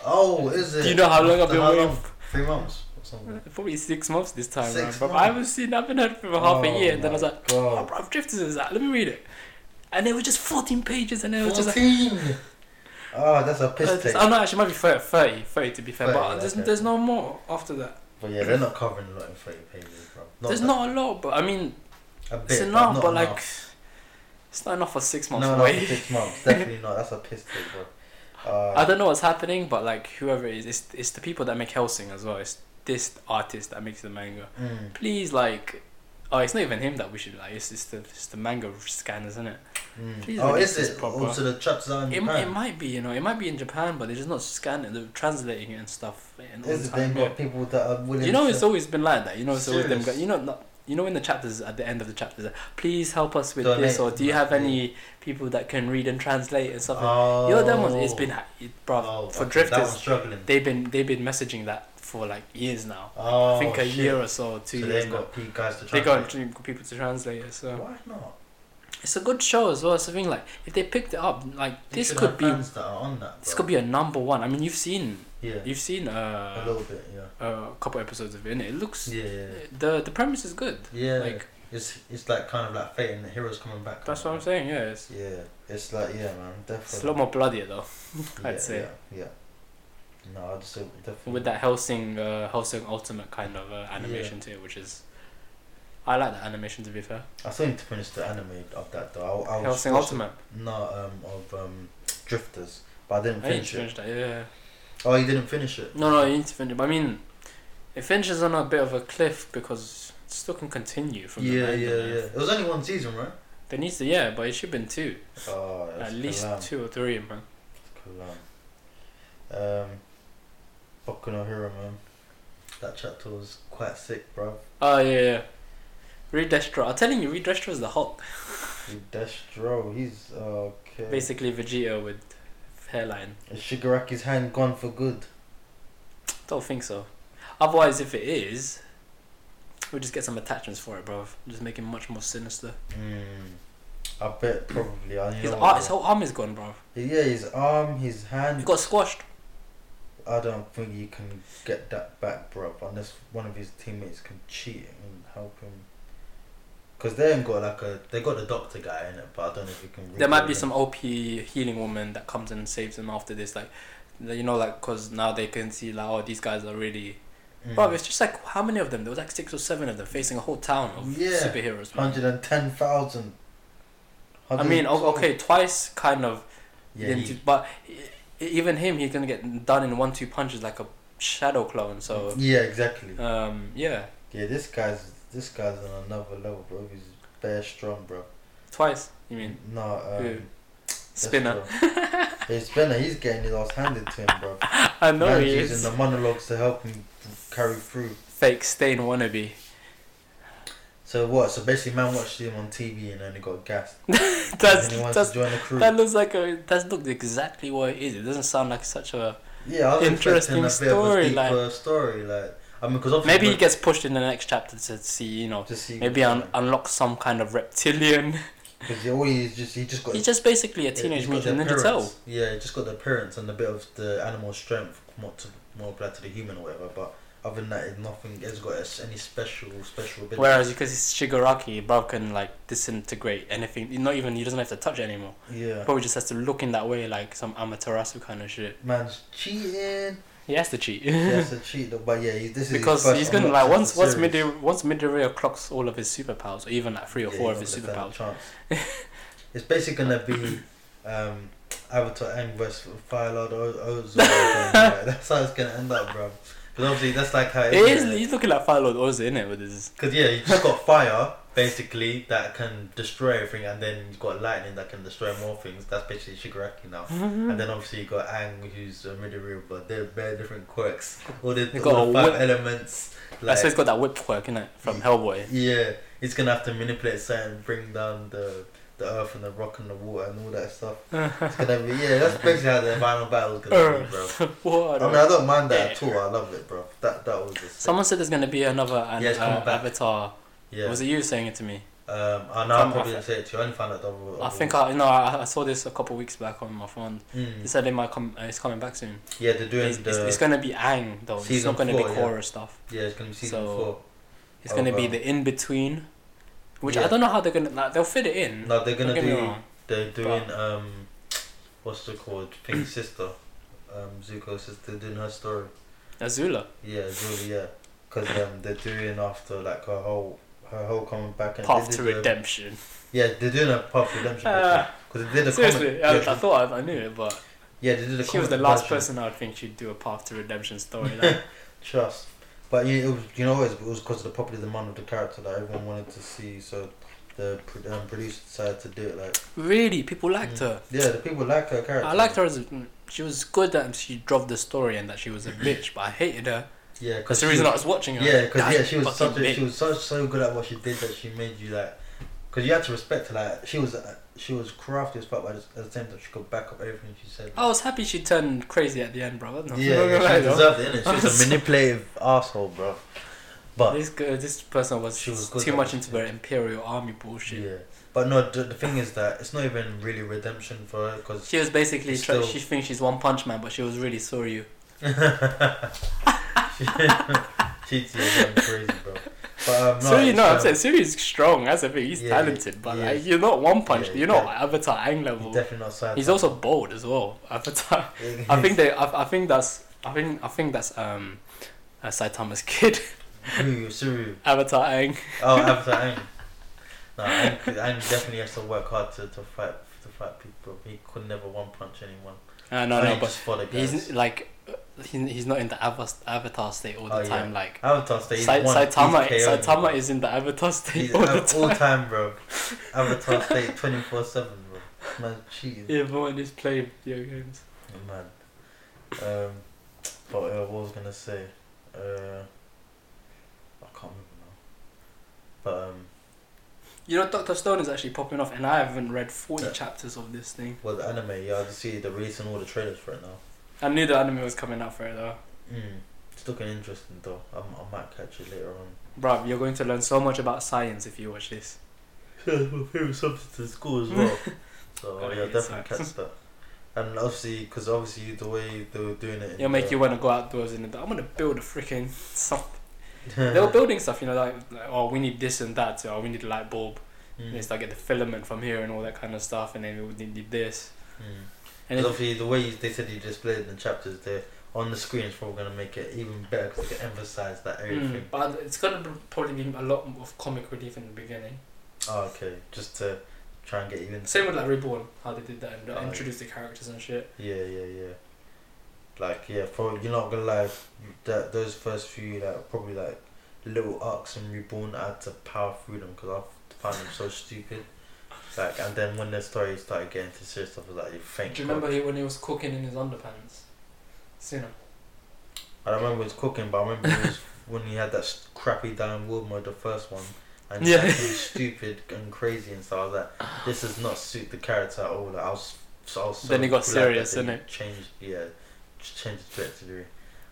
Oh, is it? Do you know how long I've After been how waiting? long? Three months or something. For? Probably six months this time, Six bro. But months? I haven't seen, I haven't heard from for half Oh a year. And then I my was like, oh, God. bro, Drifters is that? Let me read it. And it was just 14 pages, and it was just like. Fourteen. Oh, that's a piss take. I know, actually, it might be 30, 30, 30 to be fair, 30, but there's, okay. there's no more after that. But yeah, they're not covering a lot in 30 pages, bro. there's that- not a lot, but I mean, a it's bit, enough, not but like, enough. it's not enough for six no, months. not away. for six months. Definitely not. That's a piss take, bro. Uh, <laughs> I don't know what's happening, but like whoever it is, it's, it's the people that make Helsing as well. It's this artist that makes the manga. mm, Please, like, oh, it's not even him that we should like. It's, it's the it's the manga scan, isn't it? mm. Please Oh, release is this it? proper. Also, the chapters are in It, Japan. it might be, you know, it might be in Japan, but they're just not scanning, they're translating it and stuff. And all is the it? They've time. got people that are willing You know, to... it's always been like that. You know, it's always them. Serious. guy- You know, not, you know, in the chapters at the end of the chapters, like, please help us with Donate. this, or do you have any people that can read and translate and stuff? like You know, them ones. It's been, ha- it, bro, Oh, okay, for That drifters. one's struggling. they've been they've been messaging that for like years now. Oh, I think a shit. year or so, two so years. they've now. got pe- guys to They translate. got people to translate it. So Why not? it's a good show as well. It's something like if they picked it up, like They this should could have be fans that are on that, this bro. could be a number one. I mean, you've seen Yeah, you've seen a uh, little bit, yeah. a couple episodes of it. And it looks Yeah, yeah, yeah. the the premise is good. Yeah, Like it's it's like kind of like fate and the heroes coming back. that's what kind I'm of saying. Yeah, it's, thing. Yeah, it's like yeah, man, it's definitely. a lot more bloodier though. yeah, I'd say. Yeah, yeah. No, I'd say definitely. with that Helsing uh, Helsing Ultimate kind of uh, animation to it, which is I like that animation to be fair. I still need to finish the anime of that though. I, I was Helsing supposed Ultimate. to- No, um, of um, Drifters, but I didn't I need to finish it. finish that. Yeah. Oh, you didn't finish it. No, no, you need to finish. But I mean, it finishes on a bit of a cliff because it still can continue from the Yeah, yeah, manga. yeah. It was only one season, right? There needs to, yeah, but it should have been two, Oh, that's at least Kalam. two or three, man. Kalam. Um, Boku no Hero, man. That chapter was quite sick, bro. Oh yeah, yeah. Read Destro. I'm telling you, Read Destro is the Hulk. Destro, he's okay. Basically, Vegeta with hairline. Is Shigaraki's hand gone for good? Don't think so. Otherwise, if it is, we'll just get some attachments for it, bro. Just make him much more sinister. Mm, I bet probably. I know His, what ar- it his is. whole arm is gone, bro. Yeah, his arm, his He hand. got squashed. I don't think you can get that back, bro. Unless one of his teammates can cheat and help him. Cause they ain't got like a. They got the doctor guy in it, but I don't know if you can. There might be rebuild some him. OP healing woman that comes in and saves them after this, like, you know, like, cause now they can see like, oh, these guys are really. Mm. Bro, it's just like how many of them? There was like six or seven of them facing a whole town of Yeah. superheroes. man. Hundred and ten thousand. I mean, o- okay, twice kind of, Yeah. them he- two- but e- even him, he's gonna get done in one two punches like a shadow clone. So, yeah, exactly. um, yeah, Yeah, this guy's this guy's on another level, bro. He's bare strong, bro. twice. You mean No, um, Who? spinner? hey, Spinner, he's getting his ass handed to him, bro. <laughs> I know Man's he using is. the monologues to help him carry through. Fake stain wannabe. So what? So basically, man watched him on TV and then he got <laughs> gassed. <laughs> That's and he wants that's to join the crew. that looks like a that looks exactly what it is. It doesn't sound like such a yeah, I was interesting expecting a bit of story, a deeper like- story. Like, I mean, because Maybe he gets pushed in the next chapter to see, you know, to see maybe un- unlock some kind <laughs> of reptilian. because all he is just he just got He's just basically a he- teenage he's got mutant the ninja turtle. appearance. Yeah, he just got the appearance and a bit of the animal strength, more to more applied to the human or whatever. But other than that, it's nothing. It's got any special special ability. Whereas because it's Shigaraki, bro can like disintegrate anything. Not even he doesn't have to touch it anymore. yeah, Probably just has to look in that way like some Amaterasu kind of shit. man's cheating. He has to cheat. Yes, <laughs> a cheat, though, but yeah, he, this is his because first he's gonna unlock like of once the once series. midday once midday clocks all of his superpowers or even like three or Yeah, four he's of his not gonna stand superpowers. a <laughs> chance. it's basically gonna be um, Avatar Aang versus Firelord O- <laughs> Ozor. again, right? That's how it's gonna end up, bro. Because obviously that's like how It is, he's looking like Fire Lord Oz in it with his Because yeah, you just got fire basically that can destroy everything, and then you've got lightning that can destroy more things. That's basically Shigaraki now. <laughs> And then obviously you got Aang, who's a Midoriya, but they're very different quirks. All the, They all got the a five whip. elements. that's why he's got that whip quirk in it from Ye- <laughs> Hellboy. <laughs> Yeah, he's gonna have to manipulate certain, bring down the the earth and the rock and the water and all that stuff. It's gonna be yeah. That's basically how the final battle's gonna be, bro. <laughs> Earth, water. I mean, I don't mind that at all. I love it, bro. That that was just Someone said there's gonna be another an, Yeah, it's coming uh, back. Avatar. yeah. Was it you saying it to me? Um, I know I Some- probably didn't say it to you. I only found out double. I think I no, I, I saw this a couple weeks back on my phone. Hmm. They said it might come. Uh, it's coming back soon. Mm. Yeah, they're doing It's, the it's, it's gonna be Ang though. It's season not gonna four, be yeah. horror stuff. yeah, it's gonna be season So- four. It's gonna of, be um, the in between, which I yeah. don't know how they're gonna. Like, they'll fit it in. No, they're Don't gonna get me do. wrong. They're doing um, what's it called? Thing's sister, um, Zuko's sister, doing her story. Azula. Yeah, really, yeah. Because um, they're doing after like her whole her whole coming back and Path they to did, um, redemption. Yeah, they're doing a path to redemption Uh, because they did a Seriously, comic. I, I yeah, thought I, I knew it, but yeah, they did a she was comic the last version. person I would think she'd do a Path to Redemption <laughs> story. Like, Trust, but yeah, it was you know it was because of the popular demand of the character that everyone wanted to see. So the pro- um, producer decided to do it like really, people liked Mm. her. yeah, the people like her character. I liked her as a, mm, she was good that she drove the story and that she was a bitch, but I hated her Yeah, because the she reason I was- was watching her. Yeah, because that yeah, she was such fucking a, she bitch. was so so good at what she did that she made you like, because you had to respect her. Like she was uh, she was crafty as fuck, but at the same time she could back up everything she said. I was happy she turned crazy at the end, bro. No, yeah, no, yeah, no, she no. deserved it. Innit? She <laughs> was a manipulative asshole, bro. But This girl, this person was, She was good too at much what into she her imperial army bullshit. yeah, but no, the, the thing is that it's not even really redemption for her because She was basically It's try- still- she thinks she's One Punch Man, but she was really Soryu. <laughs> she cheats you I'm crazy, bro. But um, no, Soryu, it's, no, I'm um, saying Soryu's strong. That's the thing. He's Yeah, talented, but yeah. like, you're not One Punch. Yeah, you're not yeah. Avatar Ang he's level. definitely not sad. He's though. also bold as well. <laughs> Avatar. <laughs> I think they. I, I think that's. I think. I think that's. Um, uh, Saitama's kid. <laughs> Who, Suru? Avatar Ang. Oh, Avatar Aang. No, Aang, Aang definitely has to work hard to, to fight to fight people. He could never one punch anyone. Uh, no, no, Aang but just for the guys. he's like. uh, He, he's not in the avatar, avatar state all the Oh, yeah. time. Like Avatar stays Sai- one. Saitama, he's KO'd, Saitama bro. is in the avatar state He's all the av- time. all time, bro. Avatar state twenty four seven, bro. Man, cheating. Yeah, but when he's playing video games. Man. Um, but uh, what was I gonna say? Uh, I can't remember now. But um, You know, Doctor Stone is actually popping off, and I haven't read 40 Yeah. chapters of this thing. well, the anime. Yeah, I just see the release and all the trailers for it now. I knew the anime was coming out for it though. Mm. It's looking interesting though. i I might catch it later on. <laughs> Bruv, you're going to learn so much about science if you watch this. Yeah, it's my favourite subject in school as <laughs> well. so Gotta yeah, hate definitely science. catch that. And obviously, because obviously the way they were doing it, in It'll <laughs> make the- you want to go outdoors in the dark. I'm going to build a <laughs> freaking something. they were building stuff, you know, like, like, oh, we need this and that, or we need a light bulb. Mm, And it's like get the filament from here and all that kind of stuff, and then we would need this. mm. And 'Cause it's, obviously, the way you, they said you displayed the chapters there on the screen is probably gonna make it even better because they can emphasize that everything. mm, but it's going to probably be a lot of comic relief in the beginning. Oh, okay, just to try and get you in. Same with like Reborn, how they did that and Oh, uh, yeah. introduced the characters and shit. Yeah, yeah, yeah. Like yeah, probably you're not gonna lie. That those first few like probably like little arcs in Reborn, I had to power through them because I found them so stupid. Like and then when the story started getting to serious stuff, I was like, you Do thank you God. remember he, when he was cooking in his underpants? Sooner. I don't remember his cooking, but I remember it was <laughs> when he had that s- crappy Dan Wilmer, the first one, and he Yeah. was stupid and crazy and stuff. I was like, this does not suit the character at all. Like, I was, so, I was so Then he got glad that serious, they innit? Changed, yeah, ch- changed the trajectory.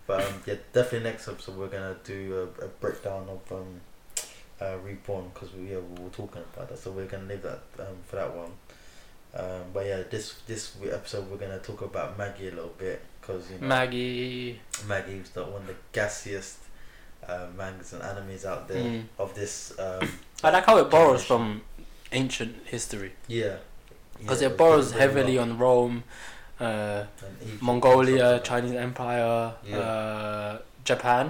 But um, yeah, definitely next episode we're gonna do a, a breakdown of um, uh, Reborn because we yeah we were talking about that, so we're gonna leave that um, for that one. Um, but yeah, this this episode we're gonna talk about Maggie a little bit because you know. Maggie. Maggie was the, one of the gassiest uh, mangas and animes out there Mm. of this. Um, I like how it borrows from ancient history yeah, because Yeah, it was borrows done really heavily well. on Rome, uh, And Egypt Mongolia, and stuff like Chinese Empire, Yeah. uh, Japan.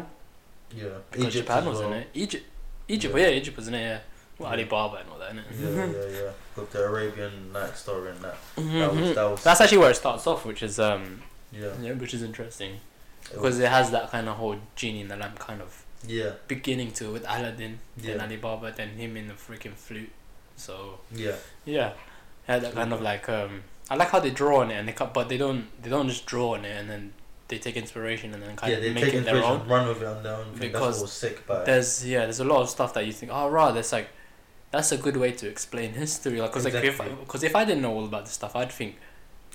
that. Yeah. Because Egypt Japan as was well. in it. Egypt, Egypt. Yeah. Yeah, Egypt was in it. Yeah. Well, Yeah. Alibaba and all that. Innit? Yeah, <laughs> yeah, yeah. With the Arabian Night story and that. That was, Mhm. that was That's actually where it starts off, which is um, yeah. yeah, which is interesting It because was- it has that kind of whole genie in the lamp kind of yeah, beginning to it with Aladdin, then Yeah. Alibaba, then him in the freaking flute. So yeah, yeah, it had that kind of like um, I like how they draw on it and they cut, but they don't they don't just draw on it and then they take inspiration and then kind yeah. of They make take it their inspiration, own. and run with it on their own. Thing. That's Because what was sick about it. There's yeah, there's a lot of stuff that you think, oh right, that's like, that's a good way to explain history. Like, cause like Exactly. if because if I didn't know all about this stuff, I'd think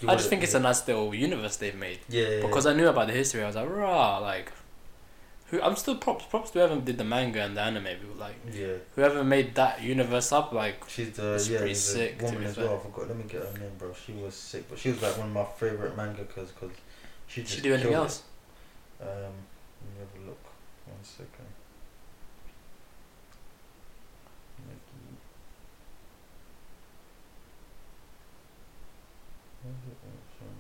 You I just would've- think it's yeah. a nice little universe they've made. yeah, yeah, Because yeah. I knew about the history, I was like, rah, like, who? I'm still props props to whoever did the manga and the anime. But like, yeah, whoever made that universe up, like, she's the It's yeah pretty the sick, to woman be as fair. well. I forgot. Let me get her name, bro. She was sick, but she was like one of my favorite mangakas because she did just she do anything killed it. else? Um, let me have a look. One second. Nikki. Where's it all from?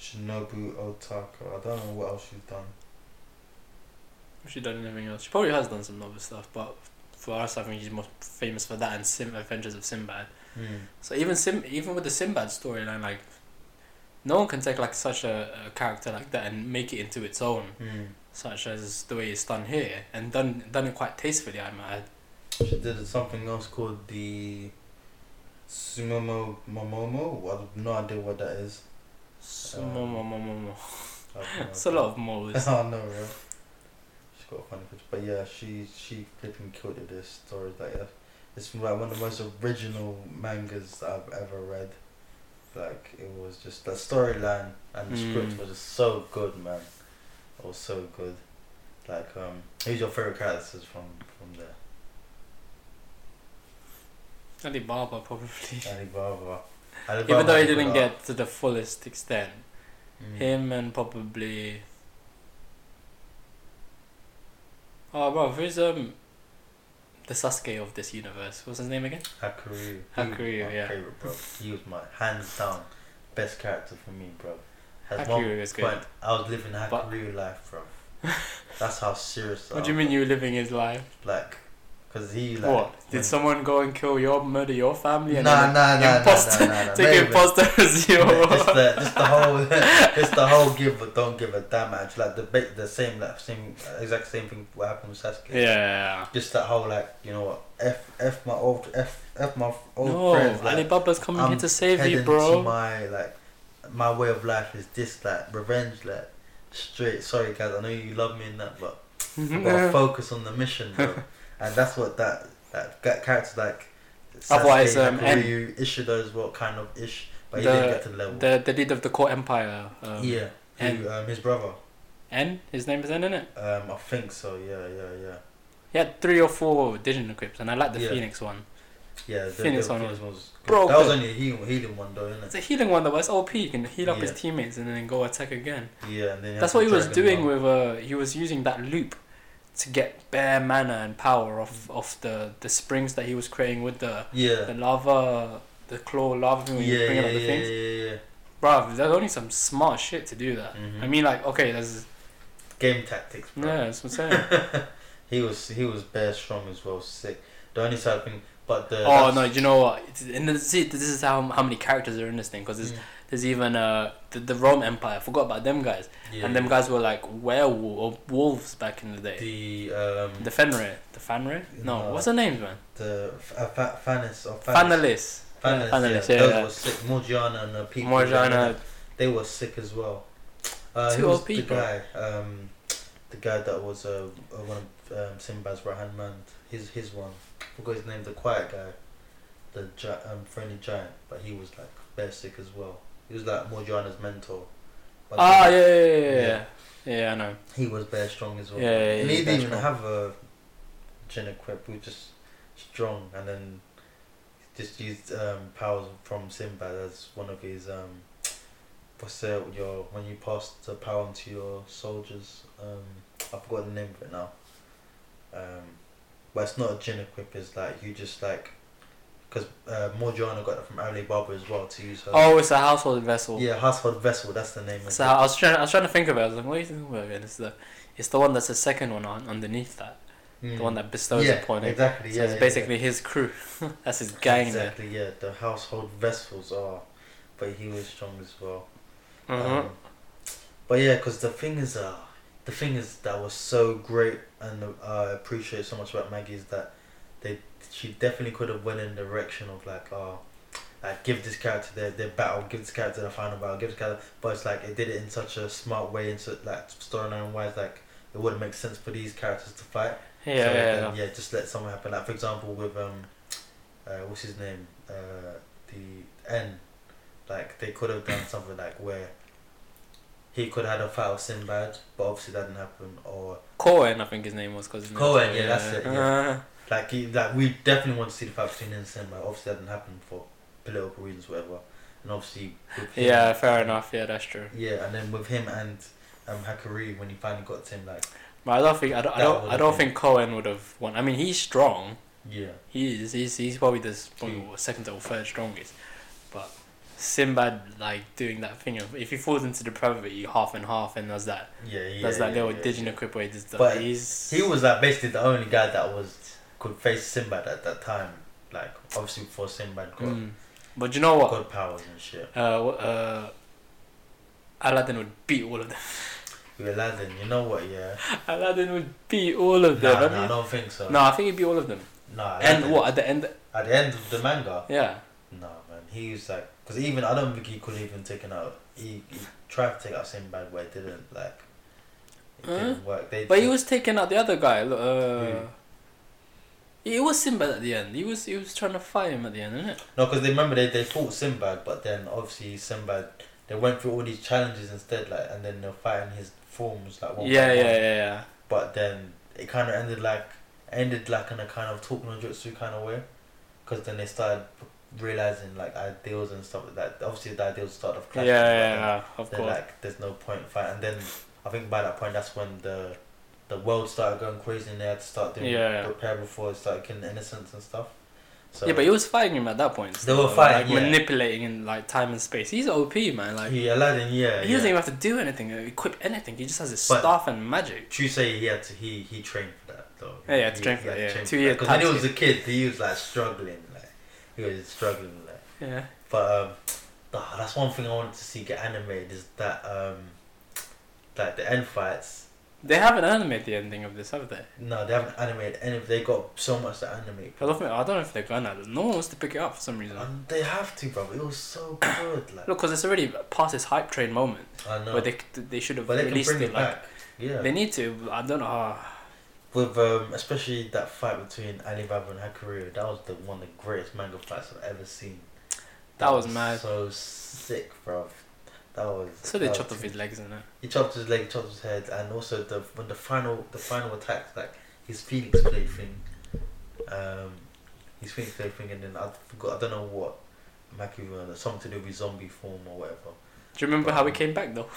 Shinobu Otaka. I don't know what else she's done. Has She done anything else? She probably has done some other stuff, but for us, I think she's most famous for that and Sim Adventures of Sinbad. So even Sim, even with the Sinbad storyline, like, no one can take like such a, a character like that and make it into its own, such as the way it's done here and done done it quite tastefully. I might add. Uh, She did something else called the Sumomo Momomo. I have no idea what that is. So, Um, mo- mo- mo- mo- mo. I have no It's a idea. lot of <laughs> <laughs> moles. I know, bro. She's got a funny picture, but yeah, she she flipping killed it. This story like uh, it's like one of the most original mangas I've ever read. Like it was just the storyline and the Mm. script was just so good, man. It was so good. Like, um, who's your favorite characters from from there? <laughs> Alibaba probably. <laughs> Alibaba. Mm. Even though I he didn't get to the fullest extent, Hmm. him and probably. Oh, bro, who's um, the Sasuke of this universe? What's his name again? Hakuryu. Hakuryu, my yeah. Favorite, bro. He was my hands down best character for me, bro. Had one Hakuryu is good. But I was living that But- real life, bro. <laughs> That's how serious. What do you mean you were living his life? Like, cause he like. what? Did when- someone go and kill your, murder your family? Nah, And nah, then nah, nah, imposter- nah, nah, nah. <laughs> Take Maybe. imposter as your. <laughs> Just the, just the <laughs> whole, just the whole give or don't give a damn. Match. Like the ba- the same, like, same, exact same thing what happened with Sasuke. yeah. Just that whole like, you know what? F F my old f f my f- old No, friends. Like, Alibaba's coming I'm here to save you, heading bro. to my like my way of life is this like revenge like straight sorry guys i know you love me and that <laughs> but i gotta focus on the mission bro and that's what that that, that character like Otherwise, Sasuke, um, Hakuryu, Ishida as well kind of ish but he The- didn't get to the level the the leader of the core empire. Um, yeah and- who, um, his brother N. His name is N, isn't it? um i think so yeah yeah yeah He had three or four digital equips, and I like the Yeah. Phoenix one. yeah the, Phoenix the one Phoenix one was good. Bro, that was but- only a healing, healing one though isn't It's it a healing one that was OP. He can heal up his Yeah. teammates and then go attack again. yeah and then That's what he was doing with. Uh, he was using that loop to get bare mana and power off off the the springs that he was creating with the the yeah lava, the claw lava thing. yeah When yeah you bring yeah, up the yeah, things. yeah, yeah. Bruv, there's only some smart shit to do that. Mhm. I mean, like, okay, there's game tactics bro. yeah, that's what <laughs> I'm saying. He was he was bare strong as well, sick. The only sad thing, but the oh that's- no, you know what? It's, and then, see, this is how how many characters are in this thing because there's, Mm. there's even uh the, the Rome Empire. I forgot about them guys, yeah, and them guys were like werewolf or wolves back in the day. the um the Fenrir, the Fenrir? No, No. what's the name, man? the f- uh, fa- Fanis or Fanis, Fanalis. Fanis, Fanis, yeah, yeah, those yeah. were sick. Morgiana and uh, the people, Morjana. they were sick as well. Uh, Two who was old the people. guy? Um, the guy that was uh, uh, one of um, Simba's right hand man. His his one. forgot his name. The quiet guy, the gi- um, friendly giant, but he was like bare sick as well. He was like Morgiana's mentor. But Ah, yeah, yeah, yeah, yeah. yeah. Yeah. Yeah, I know. He was bare strong as well. Yeah, yeah, yeah, and he he's didn't bare even have a gin equip. He was just strong, and then just used um, powers from Sinbad as one of his um. What's it? Your when you pass the power on to your soldiers. Um, I forgot the name of it now. Um, but it's not a gin equip. It's like you just like because uh, Morgiana got it from Alibaba as well to use her. Oh, it's a household vessel. Yeah, household vessel. That's the name. So of I was trying. I was trying to think about. it. I was like, what are you thinking about? Again? It's the, it's the one that's the second one on underneath that. it. Mm. The one that bestows yeah, upon it. Exactly. So yeah, it's yeah, basically yeah. his crew. <laughs> that's his gang there. Exactly. Yeah, the household vessels are, but he was strong as well. Uh-huh. Um, but yeah, because the thing is, uh, the thing is that was so great, and uh, I appreciate so much about Maggie is that they she definitely could have went in the direction of like, oh, like give this character their, their battle, give this character the final battle, give this character. But it's like it did it in such a smart way, and so like storyline wise, like it wouldn't make sense for these characters to fight. yeah, so yeah, then, yeah. yeah. Just let something happen. Like for example, with um, uh, what's his name? Uh, the N. Like they could have done something like where he could have had a fight with Sinbad, but obviously that didn't happen. Or Cohen, I think his name was. Cause his name was- Cohen, yeah, that's it, Uh, like he, like we definitely want to see the fight between him and Sinbad. Obviously that didn't happen for political reasons, whatever. And obviously with him, yeah, fair enough. Yeah, that's true. Yeah, and then with him and um Hakari when he finally got to him, like But I don't think I don't I That don't, would've I don't been- think Cohen would have won. I mean, he's strong. yeah, He is. He's, he's probably the s- probably Hmm. second or third strongest. But Sinbad, like, doing that thing of if he falls into the private, you half and half, and does that. yeah, yeah. does that yeah, little yeah, digital yeah. quip where he does that. But he's. He was like basically the only guy that was could face Sinbad at that time. Like obviously before Sinbad got Mm. But you know what? got powers and shit. Uh, uh, Aladdin would beat all of them. <laughs> With Aladdin, you know what? Yeah. Aladdin would beat all Nah, of them. I nah, I mean- don't think so. no, I think he'd beat all of them. Nah. and Aladdin- what at the end? At the end of the manga. Yeah. No man, he was like because even I don't think he could even taken out. He, he tried to take out Sinbad, but it didn't like. It Huh? didn't work. They, Hmm. But he they- was taking out the other guy. lo- Uh, Who? It was Sinbad at the end. He was he was trying to fight him at the end, isn't it? No, because they remember they, they fought Sinbad, but then obviously Sinbad they went through all these challenges instead, like and then they're fighting his forms like one. by Yeah, one. yeah, yeah, yeah. but then it kind of ended like ended like in a kind of talk no jutsu kind of way because then they started realizing like ideals and stuff like that obviously the ideals start off Yeah, clashing yeah, but then yeah, of they're course. like there's no point in fighting and then I think by that point that's when the the world started going crazy and they had to start doing Yeah. repair before it started killing innocents and stuff so yeah, but he was fighting him at that point. They were so, fighting, like yeah. manipulating in like time and space. He's OP, man. Like he Aladdin yeah he doesn't yeah. even have to do anything, uh, equip anything. He just has his But- staff and magic. True say he had to he he trained for that though. Yeah, he had to train for that, yeah. Two year Because when he time was a kid, he was like struggling, like he was struggling, like. Yeah. But um, ah, that's one thing I wanted to see get animated is that um, like the end fights. They haven't animated the ending of this, have they? No, they haven't animated any. They got so much to animate. I don't, think, I don't know if they're gonna. No one wants to pick it up for some reason. And they have to, bro. It was <coughs> so good, like Look, because it's already past its hype train moment I know. where they they should have but they can released bring it. it Like back. Yeah. they need to. but I don't know. ah. With um, especially that fight between Alibaba and Hakuryu, that was the one of the greatest manga fights I've ever seen. That was mad. So sick, bro. That was. so they that chopped was- off his legs and that. He chopped his leg, chopped his head, and also the when the final the final attack, like his Phoenix blade thing, um, his Phoenix blade thing, and then I forgot I don't know what, Maki was on, something to do with zombie form or whatever. Do you remember how he came back though?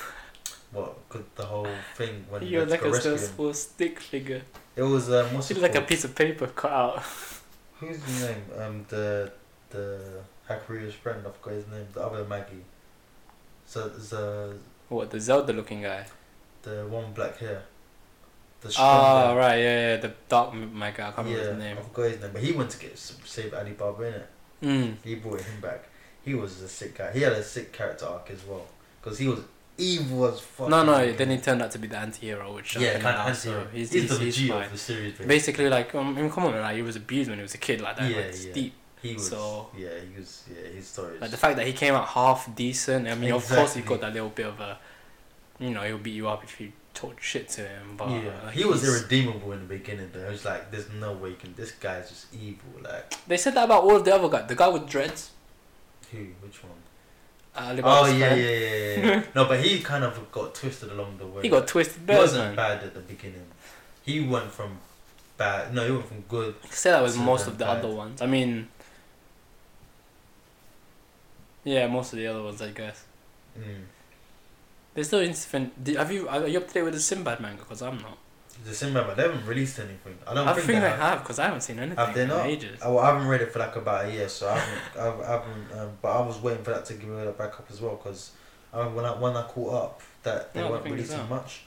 What could the whole thing when he He was went to like go a rescue little him? small stick figure. It was um, what's He it looked like a called? piece of paper cut out. Who's his name? Um, the the Hakurio's friend. I forgot his name. The other Maggie. So the What the Zelda looking guy? the one with black hair. The strong Ah, guy. right, yeah, yeah, the dark m- my guy. I can't remember his name. I forgot his name, but he went to get s- save Alibaba in it. Mm. He brought him back. He was a sick guy. He had a sick character arc as well because he was evil as fuck. No, no, then he turned out to be the anti-hero, which I yeah, think kind of now, anti. so He's, He's, he's he's, the he's Vegeta fine. of the series. Basically. Basically, like, um, I mean, come on, like, he was abused when he was a kid, like that. Yeah, like, it's yeah. deep. He was. so- yeah, he was. Yeah, his story. Like, Is, the fact that he came out half decent, I mean, of course, he Exactly. got that little bit of a, you know, he'll beat you up if you talk shit to him, but. yeah, like, he was he's- irredeemable in the beginning. Though it was like, there's no way you can. This guy's just evil. Like They said that about all the other guy. The guy with dreads. who? Which one? Uh, Oh Libaba's yeah, friend. yeah, yeah, yeah. <laughs> yeah. no, but he kind of got twisted along the way. He got twisted He birds, wasn't man. bad at the beginning. He went from bad. No, he went from good. I say that with So most then of the bad. other ones. I mean, yeah, most of the other ones, I guess. Mm. There's still instant. Have you are you up to date with the Sinbad manga? Because I'm not. The same but they haven't released anything. I don't I think, think they they have. have because I haven't seen anything Have they in not? ages. I, well, I haven't read it for like about a year, so I haven't. <laughs> I haven't um, but I was waiting for that to give me that back up as well because um, when I when I caught up that they No, I weren't think it's releasing out. much.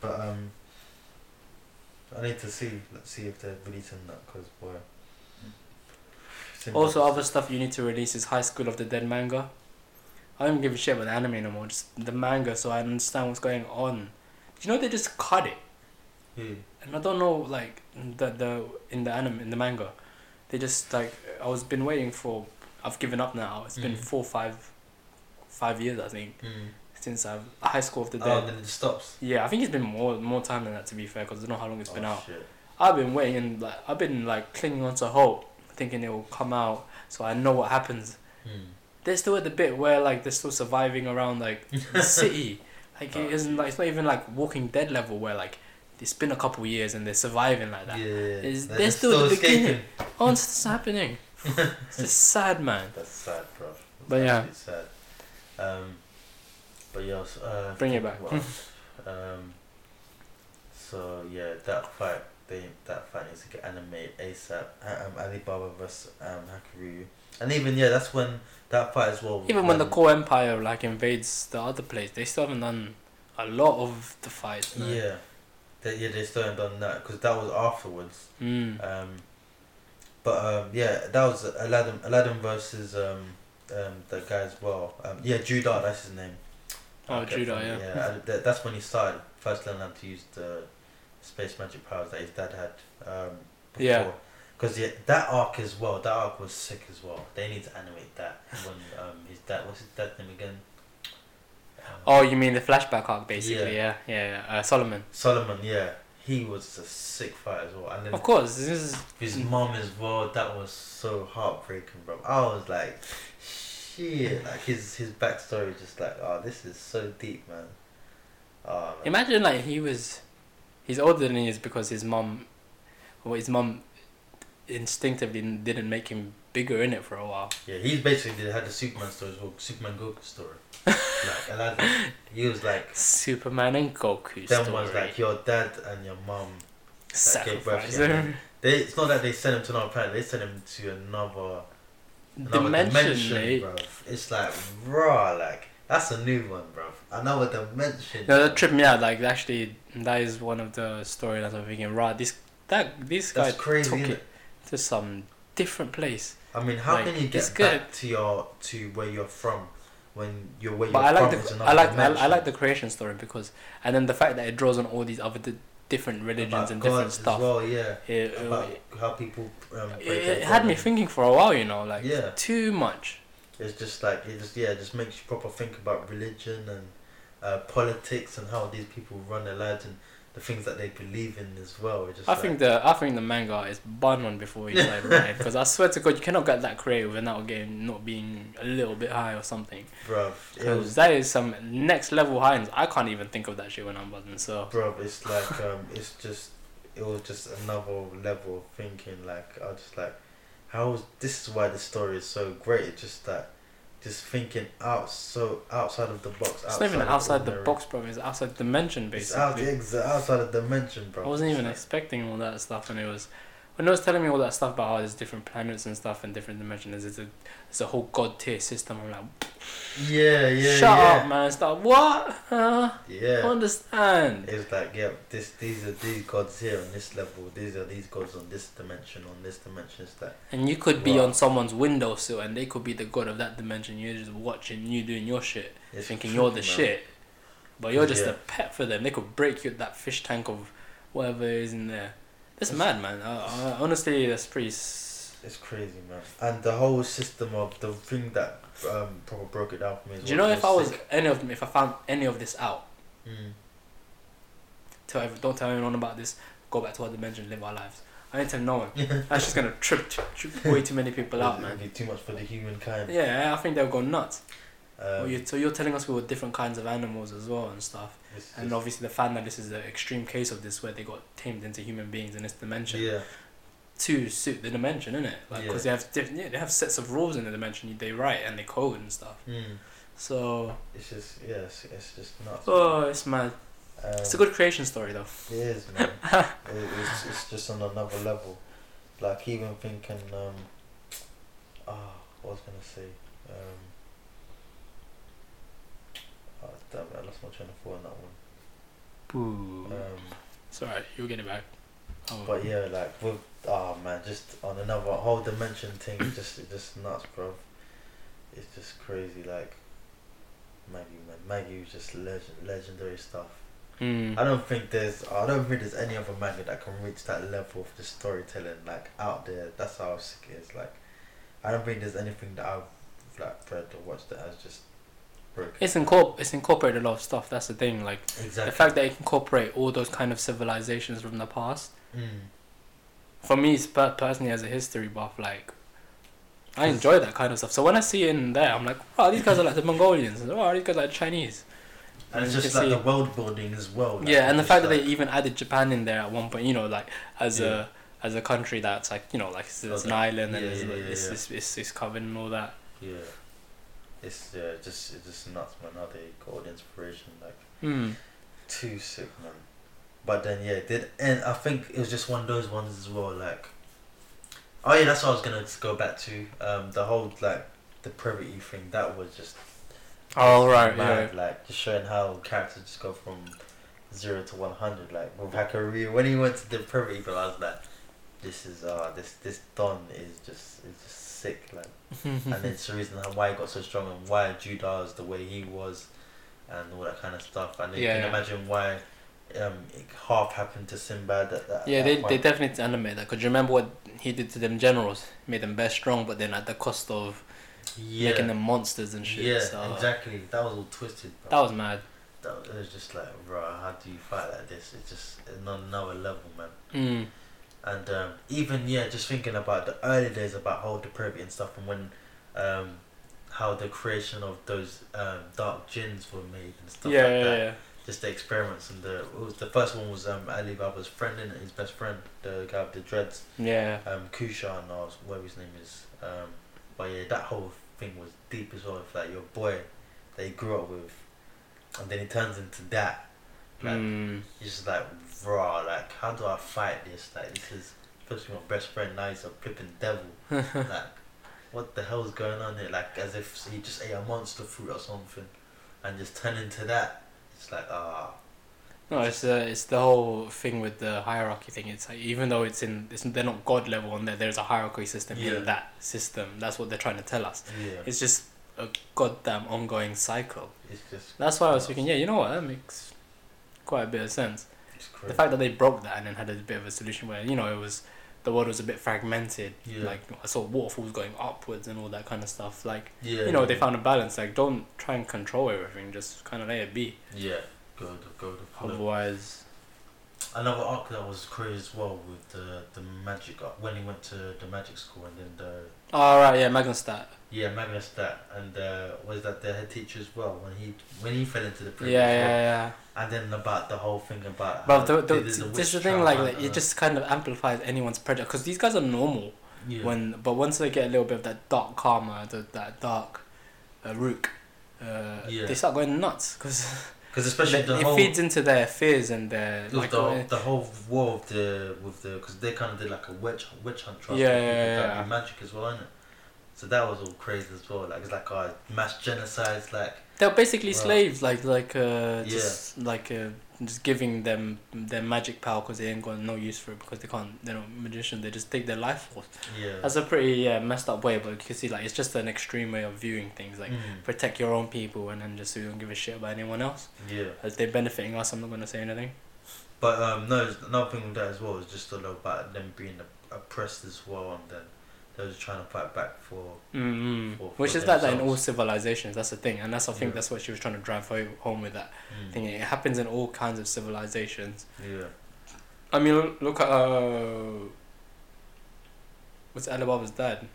But um, I need to see let's see if they're releasing that because boy. Same Also, as- other stuff you need to release is High School of the Dead manga. I don't give a shit about the anime no more. Just the manga, so I understand what's going on. Do you know they just cut it? Yeah. and I don't know like the the in the anime in the manga, they just like I was been waiting for. I've given up now. It's been Mhm. four five, five years I think since I've High School of the mm, Oh, Dead. then it stops. yeah, I think it's been more more time than that to be fair because I don't know how long it's been oh, out. Shit. I've been waiting and like I've been like clinging on to hope, thinking it will come out so I know what happens. They're still at the bit where like they're still surviving around like <laughs> the city. Like Oh, it isn't like it's not even like Walking Dead level where like it's been a couple years and they're surviving like Yeah, that. yeah. Is- They're they're just still at the beginning. Oh, it's just happening. it's just sad, <laughs> man. <laughs> That's sad, bro. That's But yeah. actually sad. Um, but yeah, so, uh, Bring it back. what else? um, so yeah, that fight, they that fight needs to get animated ASAP. Uh, Um, Alibaba versus um Hakuryu, and even yeah, that's when that fight as well. Even when the Core Empire like invades the other place, they still haven't done a lot of the fights, man. yeah, they, yeah, they still haven't done that because that was afterwards. Mm. Um, but um, yeah, that was Aladdin. Aladdin versus um, um, the guy as well. Um, yeah, Judah, that's his name. Oh, Okay, Judah, fine. yeah. Yeah, and that, that's when he started first learning how to use the space magic powers that his dad had. Um, before. Yeah. Because yeah, that arc as well. That arc was sick as well. They need to animate that when um, his dad. What's his dad's name again? Um, Oh, you mean the flashback arc, basically? Yeah, yeah. yeah. Uh, Solomon. Solomon. Yeah, he was a sick fight as well. And then Of course, this is His mom as well. That was so heartbreaking, bro. I was like, shit. Like his his backstory, just like, oh, this is so deep, man. Oh, man. Imagine like he was, he's older than he is because his mom, well, his mom, instinctively didn't make him bigger in it for a while. yeah, he's basically did- had the Superman story as well. Superman Goku story. like Aladdin, he was <laughs> like, Superman and Goku them story. was like your dad and your mom. gave birth to sacrifice. <laughs> him. They it's not that they sent him to another planet. They sent him to another another Dimension, mate. bro. It's like raw, like that's a new one, bro. Another dimension. No, bruv. that tripped me out. Like, actually, that is one of the storylines I'm thinking. Right, this that this guy That's crazy. took innit? it to some different place. I mean, how Like, can you it's get back to your to where you're from when you're where But I you're like from? is the another I like I, I dimension? like the creation story because, and then the fact that it draws on all these other di- different religions About and God different as stuff. Well, yeah. It, About it, how people. Um, break it- their it had me body. thinking for a while, you know, like Yeah. too much. It's just like it just yeah, it just makes you proper think about religion and uh, politics and how these people run their lives and the things that they believe in as well. It's just I like, think the I think the manga is bun <laughs> on before you like right because I swear to God you cannot get that creative without a game not being a little bit high or something. bruv, it Because was- that is some next level hinds. I can't even think of that shit when I'm buzzing. So bruv, it's like um, it's just it was just another level of thinking. Like I was just like, how is this is why the story is so great. It's just that, just thinking out so outside of the box. it's not even of outside the ordinary. box, bro. It's outside dimension, It's basically. out, it's outside of dimension, bro. I wasn't even It's expecting all that stuff, and it was when it was telling me all that stuff about how there's different planets and stuff and different dimensions. It's a it's a whole god tier system. I'm like, like- yeah, yeah, shut yeah. up, man. Stop. What? Huh? I Yeah. understand. It's like yeah, this these are these gods here on this level. These are these gods on this dimension. On this dimension, it's like And you could be Wow. on someone's windowsill, and they could be the god of that dimension. You're just watching, you doing your shit. it's thinking you're the trippy, man. shit, but you're just Yeah. a pet for them. They could break you that fish tank of whatever is in there. That's mad, man. I, I, honestly, that's pretty. S- It's crazy, man. And the whole system of the thing that um probably broke it down for me. Is Do you know if I was any of them, if I found any of this out, <laughs> Mm. tell every, don't tell anyone about this. Go back to our dimension, live our lives. I ain't tell no one. That's just gonna trip, trip, trip way too many people out, man. Mm. Too much for the humankind. Yeah, I think they'll go nuts. Um, Well, you, so you're telling us we were different kinds of animals as well and stuff. it's And just- obviously the fact that this is the extreme case of this where they got tamed into human beings in this dimension. Yeah, to suit the dimension, innit? Like, Yeah. because they have different, yeah, they have sets of rules in the dimension they write and they code and stuff. mm. So, it's just yeah, it's, it's just nuts. oh, it's mad. Um, It's a good creation story though. It is, <laughs> man. it, it's, it's just on another level. Like even thinking, um, oh, what was I gonna say? Um, oh, damn it, I lost my train of thought on that one. Boo. Um, It's alright. You'll get it back. Oh. but yeah, like with oh man, just on another whole dimension thing, it's just it's just nuts, bro. It's just crazy, like Maggie, man. Maggie was just legend, legendary stuff. Mm. I don't think there's I don't think there's any other manga that can reach that level of the storytelling like out there. That's how sick it is. Like I don't think there's anything that I've like read or watched that has just broken. It's incorp- it's incorporated a lot of stuff. That's the thing. Like exactly the fact that it can incorporate all those kind of civilizations from the past. mm. For me, it's per- personally as a history buff, like I enjoy that kind of stuff. So when I see it in there, I'm like, wow, these guys are like the Mongolians. and, Wow, these guys are like Chinese. and it's you just can like see- the world building as well. like, yeah, and the it's fact that like- they even added Japan in there at one point, you know, like as Yeah. a as a country that's like you know like it's, it's an Okay. island and Yeah, it's, yeah, yeah, it's, yeah. It's, it's it's covered and all that. yeah, it's yeah, just it's just nuts, man. How they got all the inspiration like. Mm. Too sick, man. But then yeah, it did and I think it was just one of those ones as well. Like, oh yeah, that's what I was gonna just go back to. Um, the whole like the poverty thing that was just Oh right, yeah. mad, Like just showing how characters just go from zero to one hundred. Like with Hakari, when he went to the poverty, but I was like, this is uh this this Don is just is just sick. Like Mm-hmm. and it's the reason how- why he got so strong and why Judah is the way he was, and all that kind of stuff. And you Yeah, can yeah. imagine why um, it half happened to Sinbad. At that, Yeah, at they, that they point. definitely animate that. Cause you remember what he did to them generals, made them best strong, but then at the cost of yeah, making them monsters and shit. yeah, so exactly. That was all twisted. Bro. That was mad. That was, it was just like, bro, how do you fight like this? It's just on another level, man. Mm. And um, even yeah, just thinking about the early days about whole depravity and stuff, and when um, how the creation of those um, dark gins were made and stuff yeah, like yeah, that. yeah. just the experiments and the it was, the first one was um, Ali Baba's friend and his best friend, the guy with the dreads, Yeah. um, Kushan or whatever his name is. Um, but yeah, that whole thing was deep as well. It's like your boy that he grew up with, and then he turns into that. Like Mm. he's just like raw. Like how do I fight this? Like this is supposed to be my best friend. Now he's a flipping devil. like what the hell's going on here? Like as if he just ate a monster fruit or something, and just turned into that. It's like ah. No, it's uh, it's the whole thing with the hierarchy thing. It's like even though it's in, it's, they're not god level on there. There's a hierarchy system Yeah. in that system. That's what they're trying to tell us. Yeah, it's, It's just a goddamn ongoing cycle. just That's why I was thinking, yeah, you know what? That makes quite a bit of sense. it's crazy. the fact that they broke that and then had a bit of a solution where you know it was the world was a bit fragmented Yeah. like i saw waterfalls going upwards and all that kind of stuff like yeah, you know they yeah. found a balance like don't try and control everything just kind of let it be yeah, go to go to follow. otherwise Another arc that was crazy as well with the the magic arc when he went to the magic school and then the all right yeah magnustat yeah Magnus that and uh, was that the head teacher as well when he when he fell into the yeah prison yeah as well. yeah and then about the whole thing about but how the, they the, did this witch is the thing trial like, and, like it uh, just kind of amplifies anyone's prejudice because these guys are normal yeah. when but once they get a little bit of that dark karma the, that dark uh, rook uh, Yeah. they start going nuts because because especially It- the it whole feeds into their fears and their it was like the, whole, uh, the whole war of the with the because they kind of did like a witch witch hunt trial. Yeah, so people yeah, can't yeah. do magic as well, innit? So that was all crazy as well. Like it's like uh, mass genocides, like they're basically Right. slaves like like uh just like uh, just giving them their magic power because they ain't got no use for it because they can't they're not magician they just take their life force yeah. that's a pretty yeah messed up way but you can see like it's just an extreme way of viewing things like Mm, protect your own people and then just so you don't give a shit about anyone else yeah. as they're benefiting us i'm not going to say anything But um, no, it's- another thing with that as well is just all about them being op- oppressed as well, and then they were just trying to fight back for mm For- which for is that, that in all themselves. civilizations that's the thing and that's i think Yeah. that's what she was trying to drive ho- home with that mm, thing it happens in all kinds of civilizations yeah, I mean, l- look at uh, what's Alibaba's dad?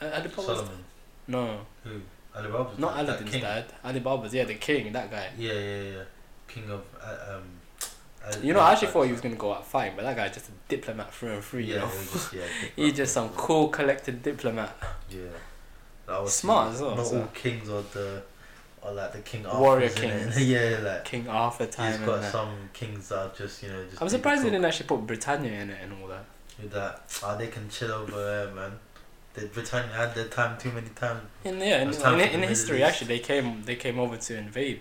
Uh, Alibaba's Solomon, no, who Alibaba's not dad, that Aladdin's king. dad. Alibaba's, yeah, the king, that guy. Yeah, yeah, yeah, king of uh, um. Al- You know, I actually Al- thought he was gonna go out fighting, but that guy just a diplomat through and through. You Yeah, know, he was just, yeah, <laughs> he's just some cool, collected diplomat. Yeah. That was Smart as well, Not so. all kings are the or like the King Arthur. Warrior kings. <laughs> kings. yeah, like King Arthur he's time. got and that. some kings that are just you know just. I'm do the surprised they cook didn't actually put Britannia in it and all that. with that. Ah, they can chill over there, man. The Britannia had their time too many times. In yeah, in, That's time in, for the in Middle history East. actually, they came they came over to invade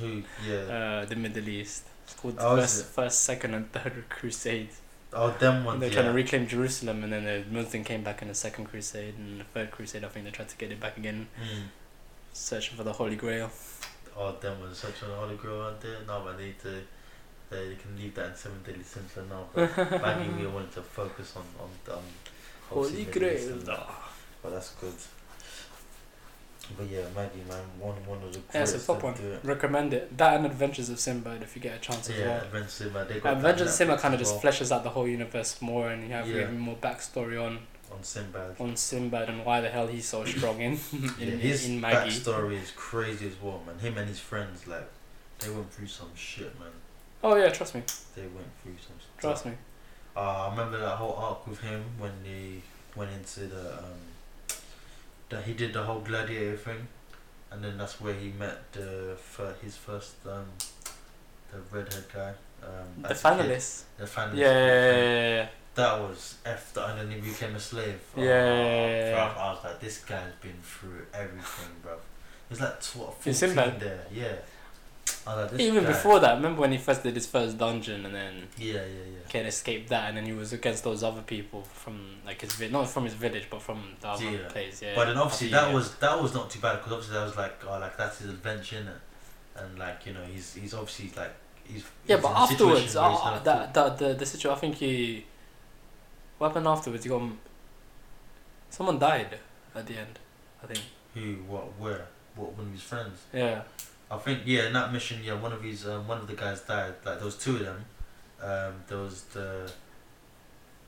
Who? Yeah. uh, the Middle East. It's called the Oh, is first, first, second, and third <laughs> crusades. oh, them And ones. they're yeah. trying to reclaim Jerusalem, and then the Muslim came back in the second crusade and the third crusade. I think they tried to get it back again, Mm. searching for the Holy Grail. Oh, them was such an holy grail, aren't they? No, but they need to. They can leave that in Seven Deadly Sins for now. But Maggie, we wanted to focus on on on. Holy obviously Middle East Grail. and that. But that's good. But yeah, Maggie, man, one one of the Yeah, it's a greats top that one. do it. Recommend it. That and Adventures of Sinbad if you get a chance as Yeah, well. Avengers Simba. They got that Adventures of Sinbad Netflix kind of as just well fleshes out the whole universe more, and you have Yeah. even more backstory on on Sinbad. on Sinbad and why the hell he's so <coughs> strong in in, Yeah, his in Maggie. backstory is crazy as well, man. Him and his friends, like, they went through some shit, man. Oh yeah, trust me, They went through some stuff. trust me. Uh, I remember that whole arc with him when they went into the um, that he did the whole gladiator thing, and then that's where he met the fir- his first um, the redhead guy. Um, as The a kid. finalists. The finalist. Yeah, yeah, That was after, and then he became a slave. Yeah, yeah, yeah. bruv, I was like, this guy's been through everything, bro. He's like twelve, fourteen In Sinbad? there, yeah. I was like, this Even guy- before that, remember when he first did his first dungeon and then Yeah, yeah, yeah. can't escape that, and then he was against those other people from like his vi- not from his village, but from the other Yeah. place. Yeah. But then obviously After that you- was that was not too bad because obviously that was like oh like that's his adventure innit? and like you know he's he's obviously like he's Yeah, he's but in a situation afterwards, where he's uh, never that, that the the situation. I think he. What happened afterwards? He got. m- Someone died at the end. I think. thought who what where what one of his friends Yeah. I think yeah in that mission yeah one of his um, one of the guys died like there was two of them um there was the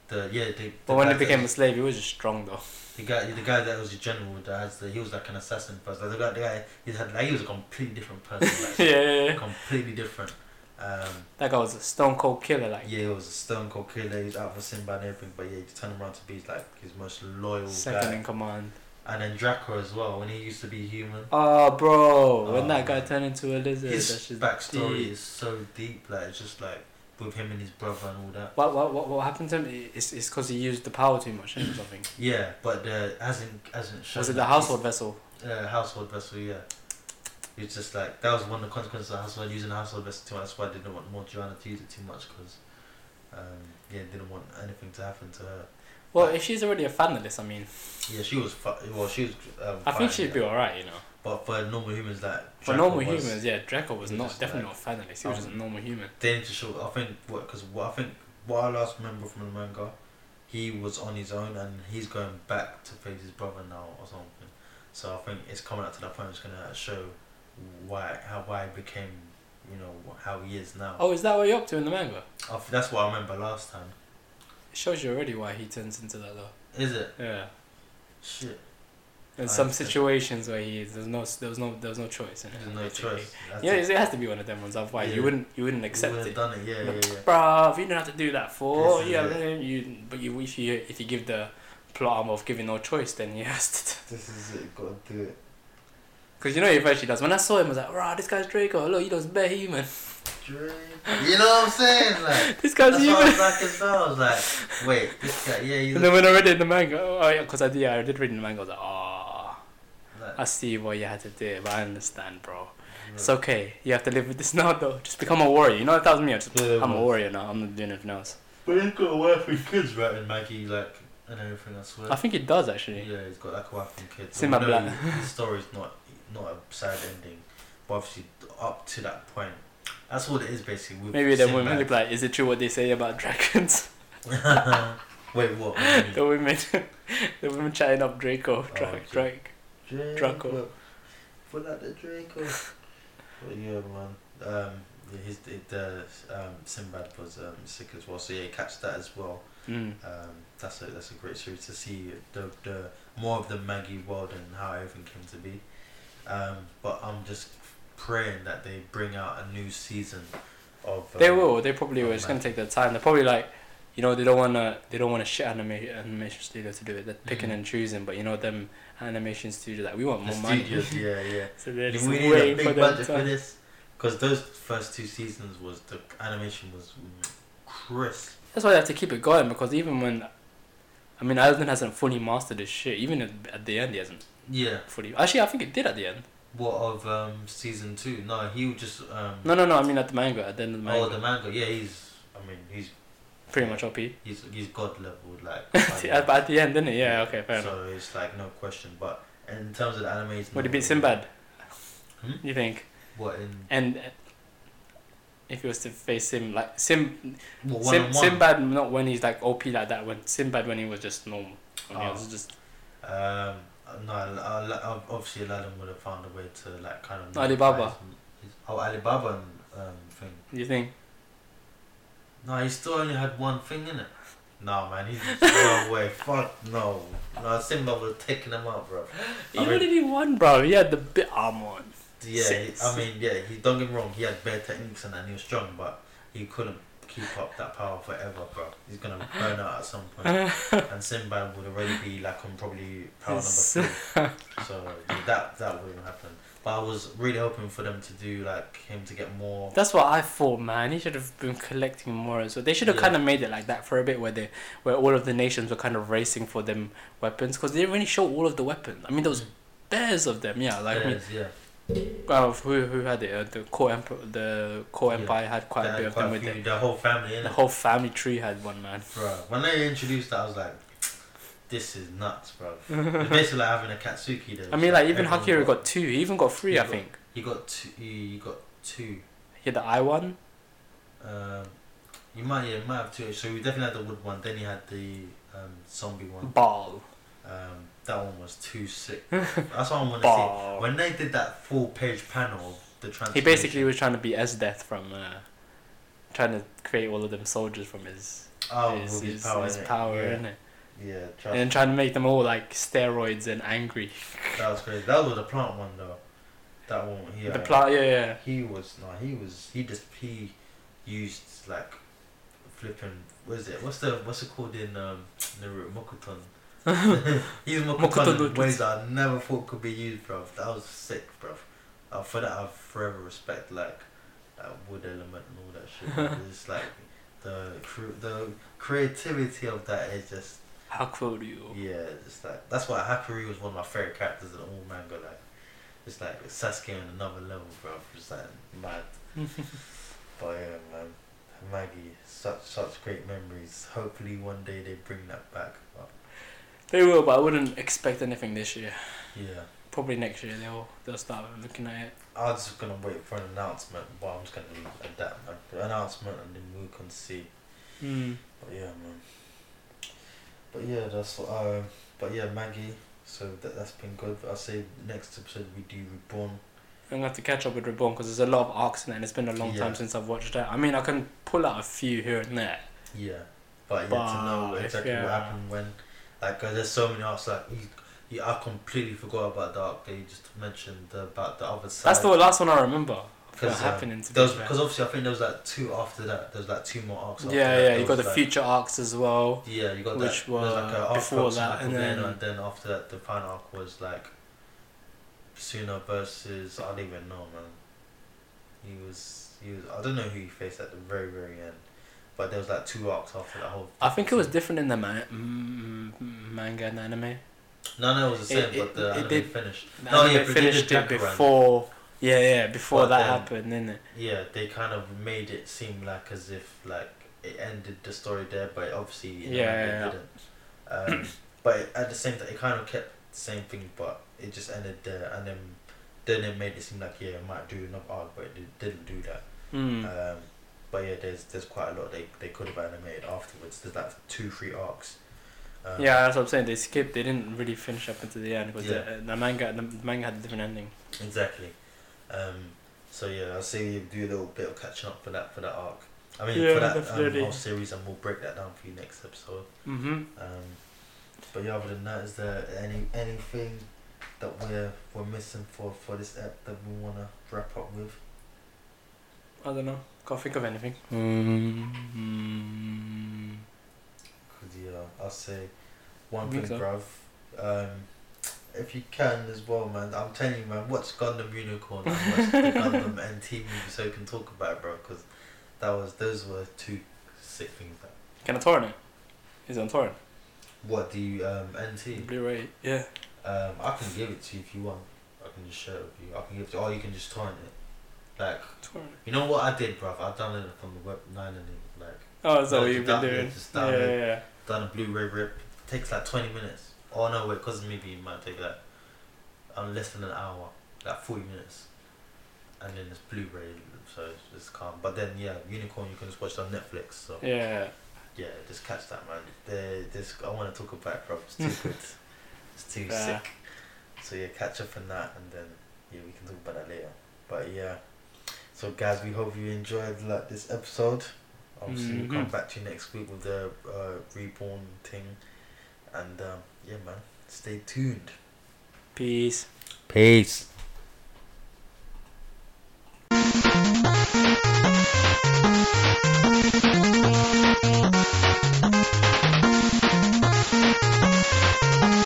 the yeah the, the But when guy he became a that, slave, he was just strong though. the guy the guy that was the general that has the, he was like an assassin first like the guy, the guy he had like he was a completely different person <laughs> yeah, like, <laughs> yeah, yeah. completely different um That guy was a stone cold killer. Like Yeah, he was a stone cold killer. He was out for Simba and everything, but yeah, he turned around to be like his most loyal second guy. in command. And then Draco as well, when he used to be human. Oh, bro! Oh, when that guy man. turned into a lizard, His that's just backstory deep. is so deep, like it's just like with him and his brother and all that. What what what what happened to him? It's it's because he used the power too much or something. Yeah, but uh, hasn't hasn't shown. Was it that the household vessel? he's- Uh, household vessel, yeah. It's just like that was one of the consequences of household using the household vessel too much. That's why I didn't want more Joanna to use it too much because, um, yeah, didn't want anything to happen to her. Well, if she's already a finalist, I mean, Yeah, she was. Fu- well, she was. Um, I think fine, she'd yeah. be alright, you know. But for normal humans, like For Draco normal was- humans, yeah, Draco was he not was definitely not a finalist. He was just a um, normal human. they need to show. I think what because what I think what I last remember from the manga, he was on his own and he's going back to face his brother now or something. So I think it's coming up to that point. It's gonna show why how why he became you know wh- how he is now. Oh, is that what you're up to in the manga? I f that's what I remember last time. It shows you already why he turns into that though. Is it Yeah. shit? In I some understand. situations where he there's no there's no there's no choice in it. There's no basically. choice. That's Yeah, it. it has to be one of them ones. Otherwise, Yeah. you wouldn't you wouldn't We accept would've it. done it. Yeah, yeah, yeah. Bruv, you don't have to do that for This is yeah. it. man, You but you if you if you give the plot armor of giving no choice, then he has to. This is it. Gotta do it. Because you know he eventually does. When I saw him, I was like, "Wow, this guy's Draco. Look, he does bare human. <laughs> Drake. You know what I'm saying? Like This guy's that's what I human." was like as well. I was like, wait, this guy. Yeah, he's And then when I read it in the manga, oh yeah, because I did, yeah, I did read it in the manga. I was like, "Oh, like, I see what you had to do, but I understand, bro. It's okay. You have to live with this <laughs> now, though. Just become a warrior. You know, if that was me, I'm, just, Yeah, I'm a well. warrior now. I'm not doing anything else. But he's got a wife and kids, right? And Maggie, like, and everything, I swear. I think it does yeah, actually. he's got like a wife and kids. It's in my Although blood. His story's not not a sad ending, but obviously up to that point, that's all it is basically. With Maybe the Sinbad. women look like, is it true what they say about dragons? <laughs> <laughs> Wait, what? what? do you mean? the women, <laughs> the women chatting up Draco, Oh, Dra- okay. Drake. Draco. Pull out the Draco. but yeah, man. Um, yeah, his the um, Sinbad was um, sick as well, so yeah, catch that as well. Mm. Um, that's a that's a great series to see the the more of the Maggie world and how everything came to be. Um, but I'm just praying that they bring out a new season of. They um, will. They probably Oh, will. It's man. gonna take their time. They're probably like, you know they don't wanna they don't want to shit anima- animation studio to do it. They're picking and choosing, but you know them animation studios like we want Mm. The more money. <laughs> studios, yeah, yeah. So they're just we need a waiting for big them budget to- for this because those first two seasons was the animation was crisp. That's why they have to keep it going because even when, I mean, Ireland hasn't fully mastered this shit. Even at, at the end, he hasn't Yeah. fully. Actually, I think it did at the end. What of um season two? No, he would just um. No, no, no. I mean, at the manga, at the end of the manga, Oh, the manga. Yeah, he's. I mean, he's pretty much OP. he's he's god level <laughs> like. at, at the end, didn't it? Yeah. Okay. Fair enough. Oh, so it's like no question, but in terms of the anime, Would it beat Sinbad? Hmm? You think? What in And uh, if he was to face him, like Sim, what, one Sim on one? Sinbad, not when he's like OP like that. When Sinbad, when he was just normal, when he Oh. was just. Um, no, Al- Al- Al- obviously Aladdin would have found a way to like kind of Alibaba. His, oh, Alibaba and, um, thing. You think? No, he still only had one thing in it. No, man, he's <laughs> no way. Fuck no. No, Simba would have taken him out, bro. He I mean- already won, bro. He had the bit oh, armor on. Yeah, he, Six. I mean, yeah. He don't get me wrong. He had better techniques and that, and he was strong, but he couldn't keep up that power forever, bro. He's gonna burn out at some <laughs> point. and Simba would already be like on probably power number three. So yeah, that that wouldn't happen. But I was really hoping for them to do like him to get more. That's what I thought, man. He should have been collecting more as well. They should have Yeah. kind of made it like that for a bit, where they, where all of the nations were kind of racing for them weapons, because they didn't really show all of the weapons. I mean, there was bears of them, yeah. Like, I mean, players, Mm. yeah, uh, who who had it? Uh, the core emperor, the core Yeah. empire had quite They a bit had of quite them a with few- it. their whole family. The innit? whole family tree had one man. Bro, when they introduced that, I was like, this is nuts, <laughs> bro. it's basically like having a Katsuki. Though, I mean, like even everyone Hakiru got two. He even got three, He I got- think. He got two. He got two. He had the eye one. Um, you might, yeah, you might have two. So we definitely had the wood one. Then you had the um, zombie one. Ball. Um, that one was too <laughs> sick. That's what I want to see. Ball. When they did that full page panel, of the transformation. He basically was trying to be S Death from, uh, trying to create all of them soldiers from his oh, his, with his his, power, his innit? power, yeah. innit? Yeah, trust And then trying to make them all like steroids and angry. that was crazy. That was the plant one though. That one, yeah. The plot, yeah, yeah. He was no, he was he just he used like flipping. What is it? What's the what's it called in um Naruto <laughs> Mokuton? He's Mokuton Mokuton no in ways I never thought could be used, bro. That was sick, bro. Uh, for that, I forever respect like that wood element and all that shit. <laughs> bro. it's like the cre- the creativity of that is just How cool do you? yeah, it's like that's why Hakuri was one of my favorite characters in all manga. Like, it's like Sasuke on another level, bro. It's like mad. but yeah, man, Maggie, such such great memories. Hopefully, one day they bring that back. But They will, but I wouldn't expect anything this year. yeah, Probably next year they'll they'll start looking at it. I'm just gonna wait for an announcement. But I'm just gonna leave at that, man. The announcement, and then we can see. Mm. But yeah, man. But yeah, that's what. Uh, but yeah, Maggie. So that that's been good. I say next episode we do reborn. I'm gonna have to catch up with Reborn because there's a lot of arcs in it, and it's been a long Yeah. time since I've watched that. I mean, I can pull out a few here and there. Yeah, but you have to But know if exactly you're- what happened when, like, 'cause there's so many arcs. Like, you, you, I completely forgot about the arc that you just mentioned about the other side. That's the last one I remember. What 'Cause, um, happening to be Because fair. obviously I think there was like two after that. There's like two more arcs. After Yeah, that. yeah. There You got was, the like- future arcs as well. Yeah, you got which that. There was, like were a arc before box that, and Aquafina, then- and then after that the final arc was like Suna versus I don't even know man. He was he was I don't know who he faced at the very very end, but there was like two arcs after that whole. I think it was different in the ma- m- m- manga and anime. No, no, it was the It- same, but it- the it anime did- finished. The No, anime Oh, yeah, but they did finished it Jacaranda. before. Yeah, yeah. Before But that then- happened, didn't it? Yeah, they kind of made it seem like as if like it ended the story there, but obviously you know, Yeah, it yeah, yeah. didn't. Um, <coughs> but at the same time, it kind of kept the same thing, but it just ended there, and then then it made it seem like yeah, it might do another arc, but it did- didn't do that. Mm. Um, but yeah, there's there's quite a lot they they could have animated afterwards. There's like two, three arcs. Um, yeah, that's what I'm saying. They skipped. They didn't really finish up until the end because Yeah. the, the manga, the, the manga had a different ending. Exactly. Um, so yeah, I'll see you do a little bit of catching up for that for that arc. I mean Yeah, for that um, definitely. whole series, and we'll break that down for you next episode. hmm Um, but yeah, other than that, is there any anything that we're we're missing for for this app that we wanna wrap up with? Mm-hmm. I don't know. Can't think of anything. Mm. Because yeah, uh, I'll say one Think thing, so. bruv. Um, if you can as well, man. I'm telling you, man. Watch Gundam Unicorn and watch the <laughs> Gundam NT movie so you can talk about it, bro. Because that was those were two sick things. That Can I torrent it? It's on torrent. what the um NT? Blu-ray. Yeah. Um, I can give it to you if you want. I can just share it with you. I can give it, to or you can just torrent it. Like Torrent. you know what I did, bruv? I downloaded it from the web nine and it, like Oh, is that No, what just you've been download, doing? just Yeah, download. yeah, yeah. done a Blu-ray rip. takes like twenty minutes. Oh no, wait, cause maybe it might take like um, less than an hour, like forty minutes, and then it's Blu-ray, so it's, it's calm. But then yeah, Unicorn, you can just watch it on Netflix. So yeah, Yeah. just catch that man. There, this I want to talk about, it, bro. It's too good. It's too Yeah. sick. So yeah, catch up on that, and then yeah, we can talk about that later. But yeah, so guys, we hope you enjoyed like this episode. Obviously, we'll come Mhm. back to you next week with the uh, reborn thing, and um, yeah, man, stay tuned. Peace. Peace.